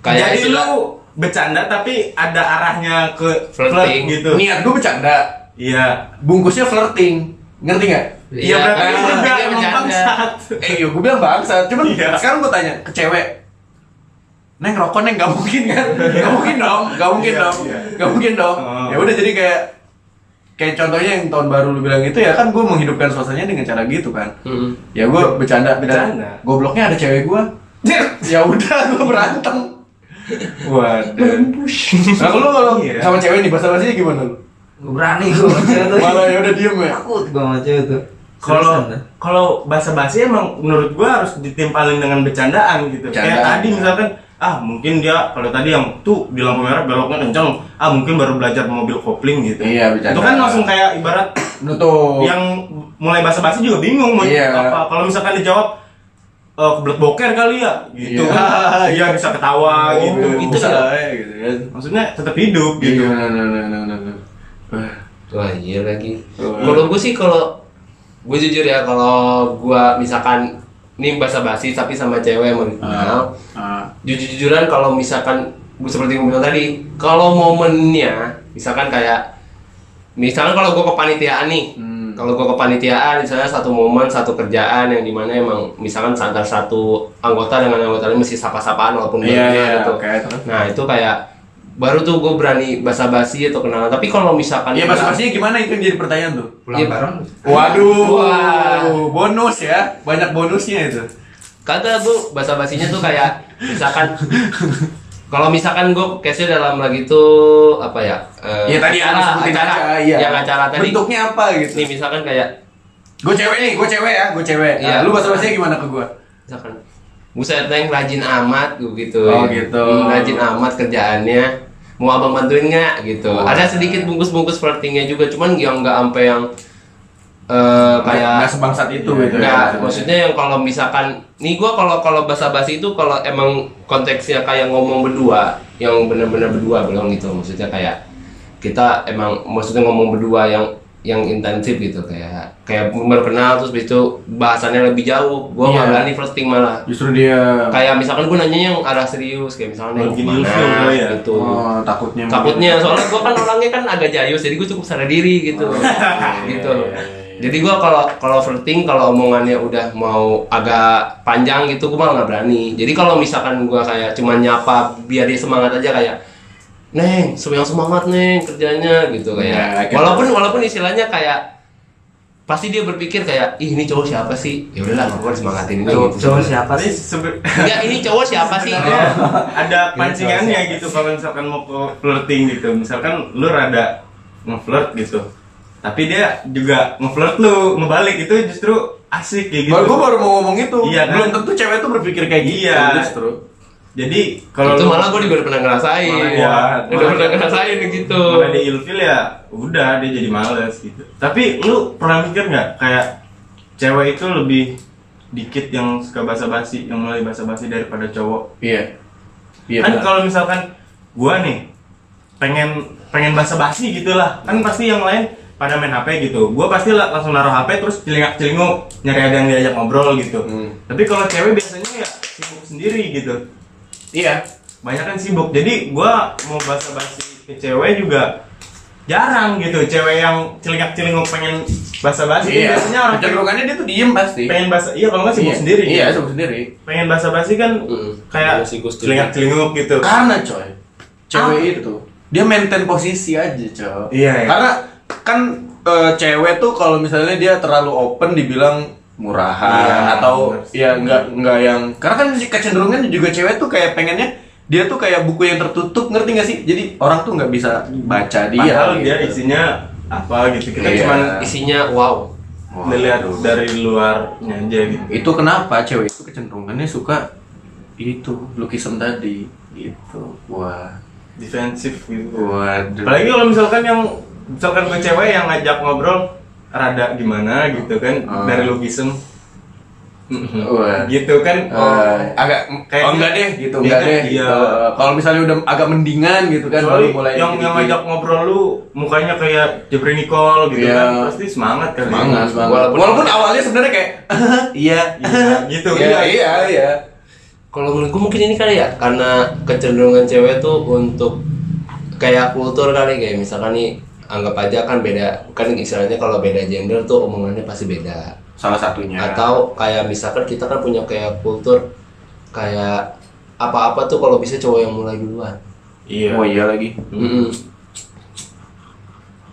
Kayak
Jadi
istilah-
lu bercanda tapi ada arahnya ke flirt
Flirting.
gitu.
Niat gue bercanda,
Iya.
bungkusnya flirting, ngerti gak?
Iya
Iya,
berarti lu
karena
juga
dia
emang
bercanda.
bangsat.
Eh iya gue bilang bangsat, cuman
Iya.
sekarang gue tanya ke cewek, Neng rokok neng gak mungkin
<laughs>
kan? Gak mungkin dong, gak mungkin
Iya,
dong,
iya.
gak mungkin dong.
Oh.
Ya udah jadi kayak kayak contohnya yang tahun baru lu bilang itu ya kan gue menghidupkan suasananya dengan cara gitu kan.
Mm.
Ya gue bercanda,
Hmm. Bercanda.
bercanda. Gobloknya ada cewek gue. <laughs> ya udah gue berantem.
Waduh.
Nah lu kalau
Iya.
sama cewek nih bahasa bahasanya gimana lu?
gue berani gue sama cewek tuh
Malah ya udah diem ya.
takut gue sama cewek tuh
Kalau
Seriusan dah.
kalau bahasa basi emang menurut gua harus ditimpalin dengan bercandaan gitu. Kayak
Bercandaan.
tadi
ya.
misalkan ah mungkin dia kalau tadi yang tuh di lampu merah beloknya kencang ah mungkin baru belajar mobil kopling gitu
Iya, bercandaan.
itu kan langsung kayak ibarat
Nutup.
yang mulai basa-basi juga bingung
Oh.
mau
Iya.
apa kalau misalkan dijawab eh kebelet boker kali ya gitu
Iya. Oh,
kan iya bisa ketawa gitu
gitu
bisa
ya.
aja gitu kan.
maksudnya tetap hidup
Gitu.
gitu
Nah, nah, nah, nah, nah, nah. Wah.
Wah iya lagi.
Oh, iya.
Kalau gue sih kalau gue jujur ya kalau gue misalkan ini bahasa basi tapi sama cewek mau dikenal,
Ah.
jujur-jujuran kalau misalkan gua- seperti yang gua bilang tadi, kalau momennya misalkan kayak misalkan kalau gue kepanitiaan nih,
Hmm.
kalau gue kepanitiaan misalnya satu momen satu kerjaan yang dimana emang misalkan antara satu anggota dengan anggota lain masih sapa-sapaan walaupun
Iya,
berlebihan
iya,
gitu.
oke, terus?
Nah itu kayak baru tuh gue berani basa-basi atau kenalan. Tapi kalau misalkan
Iya bahasa basinya gimana itu yang jadi pertanyaan tuh?
pulang
Iya.
bareng gitu.
Waduh,
Wah.
bonus ya, banyak bonusnya itu.
Kagak bu, bahasa basinya tuh kayak misalkan kalau misalkan gue case dalam lagi tuh apa ya? eh,
Ya tadi yang
acara,
sebutin
acara,
aja, iya.
yang acara tadi.
Bentuknya apa gitu?
Nih misalkan kayak
Gue cewek nih, gue cewek ya, gue cewek.
Iya.
Nah, lu bahasa basinya gimana ke gue?
misalkan buset neng rajin amat gue gitu.
Oh,
ya.
gitu.
Hmm, rajin amat kerjaannya. Mau abang bantuin nggak gitu?
Oh.
Ada sedikit bungkus-bungkus flirtingnya juga, cuman yang nggak sampai yang eh, kayak
Kayak nggak sebangsat itu gitu
Enggak, maksudnya yang kalau misalkan nih gua kalau kalau basa-basi itu kalau emang konteksnya kayak ngomong berdua, yang benar-benar berdua belum gitu. Maksudnya kayak kita emang maksudnya ngomong berdua yang yang intensif gitu kayak kayak berkenal terus habis itu bahasannya lebih jauh. Gua nggak
Iya.
berani flirting malah.
Justru dia
Kayak misalkan gua nanya yang arah serius kayak misalnya
Lagi
gimana
diusir kali ya?
gitu.
oh, takutnya
Takutnya soalnya gua kan orangnya kan agak jayus jadi gua cukup sadar diri gitu. gitu. Jadi gua kalau kalau flirting kalau omongannya udah mau agak panjang gitu gua malah nggak berani. Jadi kalau misalkan gua kayak cuma nyapa biar dia semangat aja kayak Neng, sem- yang semangat neng kerjanya gitu
Ya,
kayak.
kayak-
Walaupun walaupun istilahnya kayak pasti dia berpikir kayak ih ini cowok siapa sih? Ya udahlah gua harus semangatin itu.
gitu
Cowok siapa
Tapi
sih?
sebe-
Oh.
Enggak, ini cowok siapa sih?
sebenarnya ada
Iya,
pancingannya gitu kalau misalkan mau ke flirting gitu misalkan lu rada ngeflirt gitu tapi dia juga ngeflirt lu ngebalik itu justru asik kayak gitu
Baru gue baru mau ngomong itu.
Iya, kan?
Belum tentu cewek tuh berpikir kayak gitu.
Iya.
Justru.
jadi kalau
Itu
lu-
malah gua juga udah pernah ngerasain.
Malah
ya.
gua-
Udah
malah-
pernah ngerasain gitu.
kalau dia ilfil ya udah dia jadi males gitu tapi lu pernah mikir nggak kayak cewek itu lebih dikit yang suka basa-basi yang mulai basa-basi daripada cowok
Iya. Iya.
kan
benar.
kalau misalkan gua nih pengen pengen basa-basi gitu lah kan pasti yang lain pada main HP gitu gua pasti lah langsung naruh HP terus celingak celinguk nyari ada yang diajak ngobrol gitu
Hmm.
tapi kalau cewek biasanya ya sibuk sendiri gitu
Iya.
banyak kan sibuk jadi gua mau basa-basi ke cewek juga jarang gitu cewek yang celingak celinguk pengen basa-basi
Iya.
biasanya orang pengen,
Kecenderungannya dia tuh diem pasti.
pengen basa iya kalau nggak sibuk
Iya.
sendiri
Iya,
gitu.
sibuk sendiri.
pengen basa-basi kan
Mm-mm.
kayak
Iya sih, gua setuju.
celingak celinguk gitu
Karena coy, cewek itu dia maintain posisi aja coy.
Iya, iya.
Karena kan eh, cewek tuh kalau misalnya dia terlalu open dibilang murahan
Iya,
atau
bener.
ya nggak nggak yang karena kan kecenderungan juga cewek tuh kayak pengennya dia tuh kayak buku yang tertutup ngerti gak sih? Jadi orang tuh nggak bisa baca dia.
Padahal
gitu.
dia isinya apa gitu. Kita
Iya.
cuma
Isinya wow.
Wah,
melihat
aduh.
dari luarnya aja gitu.
itu kenapa cewek itu kecenderungannya suka itu lukisan tadi gitu. Wah,
Defensif gitu.
waduh.
Apalagi kalau misalkan yang misalkan gue cewek yang ngajak ngobrol rada gimana gitu kan
Hmm.
dari lukisan.
Wah.
gitu kan.
Eh, agak
Kayak-
oh enggak deh gitu
Iya
enggak
kan?
deh
Iya.
gitu. kalau misalnya udah agak mendingan gitu kan
Kecuali
baru mulai gitu.
yang yang ngajak ngobrol lu mukanya kayak Jeffrey Nicole gitu
Iya.
kan pasti semangat kan
semangat semangat walaupun,
Walaupun-
awalnya sebenarnya kayak <laughs> iya
Iya, gitu.
iya iya iya
Kalau menurut gue mungkin ini kali ya karena kecenderungan cewek tuh untuk kayak kultur kali kayak misalkan nih anggap aja kan beda kan istilahnya kalau beda gender tuh omongannya pasti beda
salah
Iya.
satunya
atau kayak misalkan kita kan punya kayak kultur kayak apa-apa tuh kalau bisa cowok yang mulai duluan
Iya.
oh iya lagi
Mm-mm.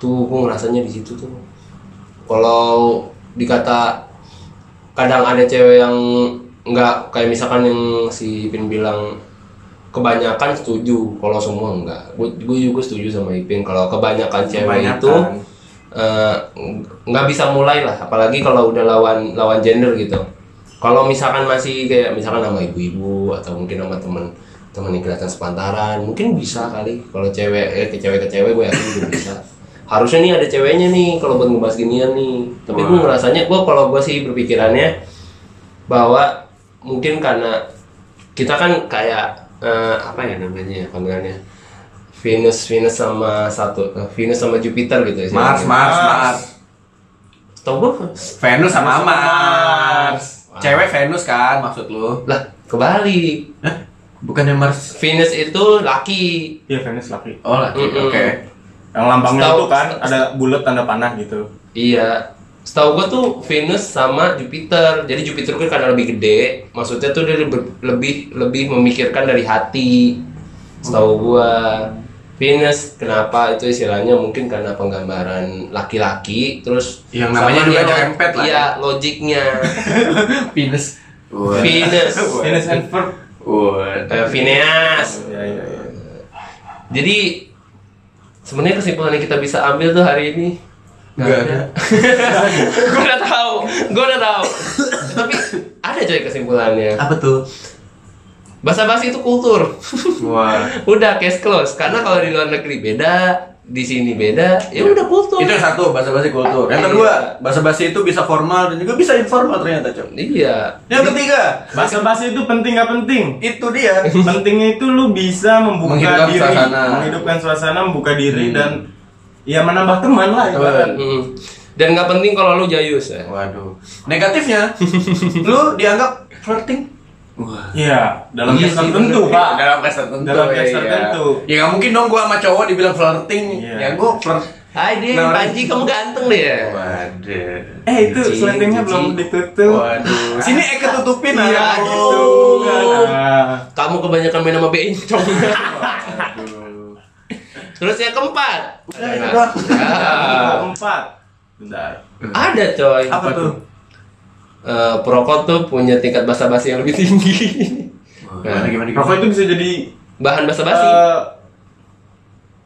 Tuh gue ngerasanya di situ tuh. Kalau dikata kadang ada cewek yang nggak kayak misalkan yang si Ipin bilang kebanyakan setuju, kalau semua enggak. Gue juga setuju sama Ipin kalau kebanyakan cewek
Kebanyakan.
itu eh, nggak bisa mulai lah, apalagi kalau udah lawan lawan gender gitu. Kalau misalkan masih kayak misalkan sama ibu-ibu atau mungkin sama temen temen yang kelihatan sepantaran, mungkin bisa kali. Kalau cewek eh ke cewek ke cewek gue yakin juga bisa. Harusnya nih ada ceweknya nih kalau buat ngebahas ginian nih. Tapi gue ngerasanya gue kalau gue sih berpikirannya bahwa mungkin karena kita kan kayak eh, apa ya namanya ya panggilannya Venus Venus sama satu eh, Venus sama Jupiter gitu ya
Mars Mars Mars
tau gue
Venus sama Mars
Mars.
cewek Venus kan maksud lu
lah kebalik
Hah? bukannya Mars
Venus itu laki
Iya, Venus laki.
oh lagi
Mm-mm.
oke
Yang lambangnya
Setahu-
itu kan ada bulat tanda panah gitu.
iya setahu gue tuh Venus sama Jupiter jadi Jupiter kan karena lebih gede maksudnya tuh dia lebih lebih, lebih memikirkan dari hati setahu gue Venus kenapa itu istilahnya mungkin karena penggambaran laki-laki terus
Yang
sama
namanya juga
dia lo-
nyerempet lah ya.
iya
<laughs>
logiknya
Venus Wah.
Venus
Venus and Verb.
Wah.
eh, Phineas
Iya, iya, iya.
Jadi sebenarnya kesimpulan yang kita bisa ambil tuh hari ini
Nggak ada.
gue udah tahu, gue udah tahu. Tapi ada coy kesimpulannya.
Apa tuh?
Bahasa basi itu kultur.
Wah.
<laughs>
udah case close. Karena kalau di luar negeri beda,
di sini beda
Iya.
ya udah kultur Iya.
Itu yang satu, bahasa-bahasa kultur. Yang kedua, bahasa-bahasa itu bisa formal dan juga bisa informal ternyata, Cok.
iya
Yang ketiga,
Bahasa basi itu penting nggak penting.
itu <laughs> dia.
Pentingnya itu lu bisa membuka
Menghidupkan
diri,
suasana.
menghidupkan suasana, membuka
Hmm.
diri dan ya menambah teman lah. ibarat.
Mm. dan nggak penting kalau lu jayus ya
Waduh. <laughs> Negatifnya, lu dianggap flirting.
Iya, dalam
Iya
kesan
sih,
tentu, Pak.
Dalam case tertentu.
Dalam case
iya.
tertentu.
Ya nggak mungkin dong gua sama cowok dibilang flirting.
Iya.
Ya gua flirt.
Hai dia
Nah,
Panji kamu ganteng deh ya
Waduh.
Eh, itu
Cici,
selendangnya
cici.
belum ditutup.
Waduh. Sini eh ketutupin
Iya,
ah.
gitu.
Nah,
Kamu kebanyakan main sama <laughs> bencong Terus yang keempat
Udah, itu doang.
Ya.
Empat. Bentar.
Ada coy
Apa tuh?
Eh, Perokok tuh punya tingkat basa-basi yang lebih tinggi <laughs>
Gimana gimana
Rokok itu bisa jadi
Bahan basa-basi
eh,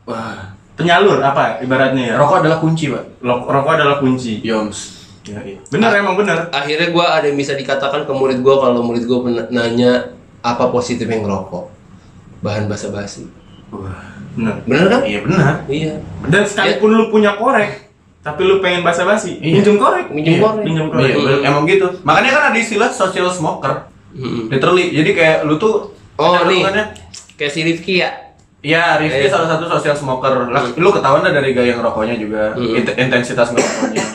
Wah,
penyalur apa ibaratnya ya?
rokok adalah kunci, Pak. Ya, iya.
Lo- Rokok adalah kunci.
Yoms.
Ah.
Bener emang bener.
Akhirnya gue ada yang bisa dikatakan ke murid gue Kalau murid gue nanya Apa positif yang ngerokok Bahan basa-basi
Bener.
Bener kan?
Iya benar.
Iya
Ya.
Dan sekalipun lu punya korek, tapi lu pengen basa-basi,
Iya.
minjem korek.
Minjem
Iya,
korek.
Minjem korek.
Iya, bener. emang gitu. Makanya kan ada istilah social smoker.
Mm-mm.
Literally. Jadi kayak lu tuh
Oh,
ada
nih.
hubungannya-
Kayak si Rifki ya
Ya, Rifki
Iya.
salah satu social smoker. Lah, Lu ketahuan dah dari gaya ngerokoknya juga,
Hmm.
Int- intensitas ngerokoknya.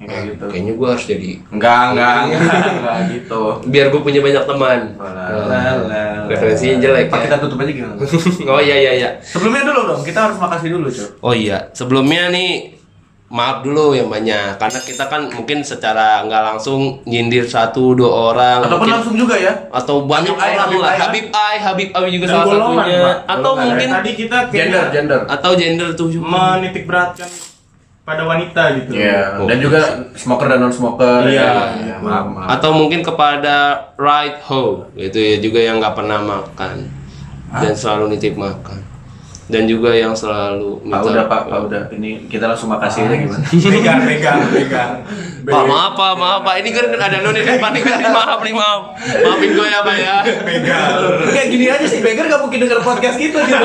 Kayak gitu.
Kayaknya gue harus jadi
Enggak,
<laughs>
enggak, enggak, enggak gitu.
biar gue punya banyak teman. Eh, Referensinya Oh. jelek
Pak,
ya.
kita tutup aja gimana?
<laughs> oh iya iya iya.
Sebelumnya dulu dong, kita harus makasih dulu, Cok.
Oh iya, sebelumnya nih maaf dulu yang banyak karena kita kan mungkin secara nggak langsung nyindir satu dua
Ah,
orang
Ataupun
mungkin-
langsung juga ya.
atau banyak
Habib ya? Ai,
orang
Habib
lah
Ai.
Habib Ai Habib Ai juga
Dan
salah
golongan,
satunya
Pak.
atau
Golongan.
mungkin
Tadi kita
Gender,
kayak
gender.
atau gender tuh juga.
menitik beratkan pada wanita gitu.
Iya, dan
Oh.
juga smoker dan non smoker.
Iya.
maaf, maaf.
atau mungkin kepada right ho gitu ya juga yang nggak pernah makan dan selalu nitip makan dan juga yang selalu
Pak
minta-
udah, Pak, Pak udah. Ini kita langsung makasih aja <laughs> gimana?
Pegang, pegang, pegang.
Pak, maaf pak, maaf pak. Ini kan kan ada lo nih kan panik kan. Maaf nih maaf. Maafin gue ya pak ya.
<laughs> Kayak gini aja sih, Beger gak mungkin denger podcast kita gitu.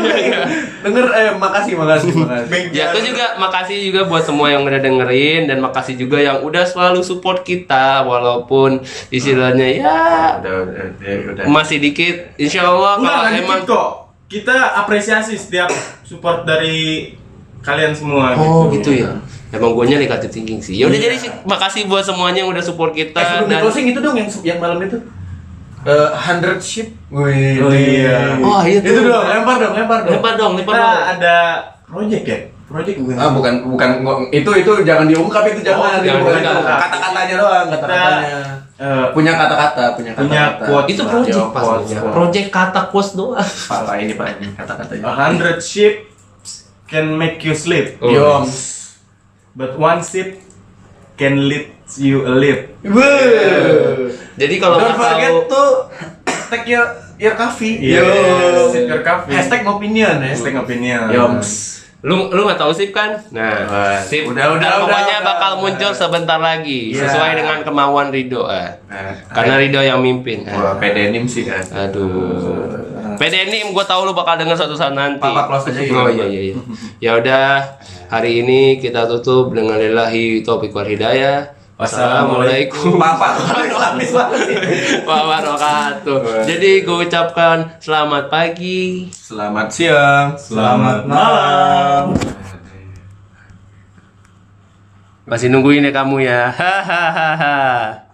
Denger, eh, makasih, <laughs> makasih, makasih.
Ya itu juga makasih juga buat semua yang udah dengerin dan makasih juga yang udah selalu support kita walaupun istilahnya ya
Udah, udah, udah, eh, udah.
masih dikit. Insya Allah
Enggak,
Nah,
kalau
lanjut
emang
kok. Kita apresiasi setiap support dari kalian semua
Oh gitu
iya.
ya. Emang gue nya negatif thinking sih. Ya udah jadi sih, makasih buat semuanya yang udah support kita
Eh, sebelum di
dan
closing itu dong yang yang malam itu. Eh, hundred ship. Wih.
Oh, iya.
Wah, iya
itu
tuh.
dong, lempar dong, lempar dong. Nah,
Lempar dong, lempar
Kita
dong.
ada project ya? Project bukan?
Ah, bukan bukan ngo- itu itu jangan diungkap itu jangan.
Oh,
Itu
jangan
bukan
diungkap.
itu. kata-katanya doang, kata-katanya.
Eh,
Punya kata-kata, punya kata-kata.
Punya quote.
Itu project
Yo, quotes,
pastinya.
quotes.
Project kata quotes doang.
Pak, Pak, ini Pak, ini kata-katanya.
a hundred sheep can make you sleep,
Oh.
Yom.
but one sheep can lead you a leap.
Jadi kalau
Don't
nggak
forget
tahu
to take your your coffee.
Yes, take your coffee.
Hashtag opinion, hashtag
Hashtag opinion.
Yoms.
lu lu nggak tahu sip kan nah
Wah,
sip
udah, udah,
Dan
udah,
pokoknya
udah.
bakal muncul sebentar lagi
Iya.
sesuai dengan kemauan Ridho ah.
Nah,
karena Ridho yang mimpin ah.
Wah, pedenim sih kan.
aduh PD ini gue tahu lu bakal denger suatu saat nanti
Papa close aja gitu,
oh
Pak.
iya iya
<laughs>
iya ya udah hari ini kita tutup dengan lillahi topik wal hidayah Wassalamualaikum
Papa, <laughs> lapis banget.
wabarakatuh. Jadi gue ucapkan selamat pagi.
Selamat siang.
Selamat malam.
Masih nungguin ya kamu ya. Hahaha.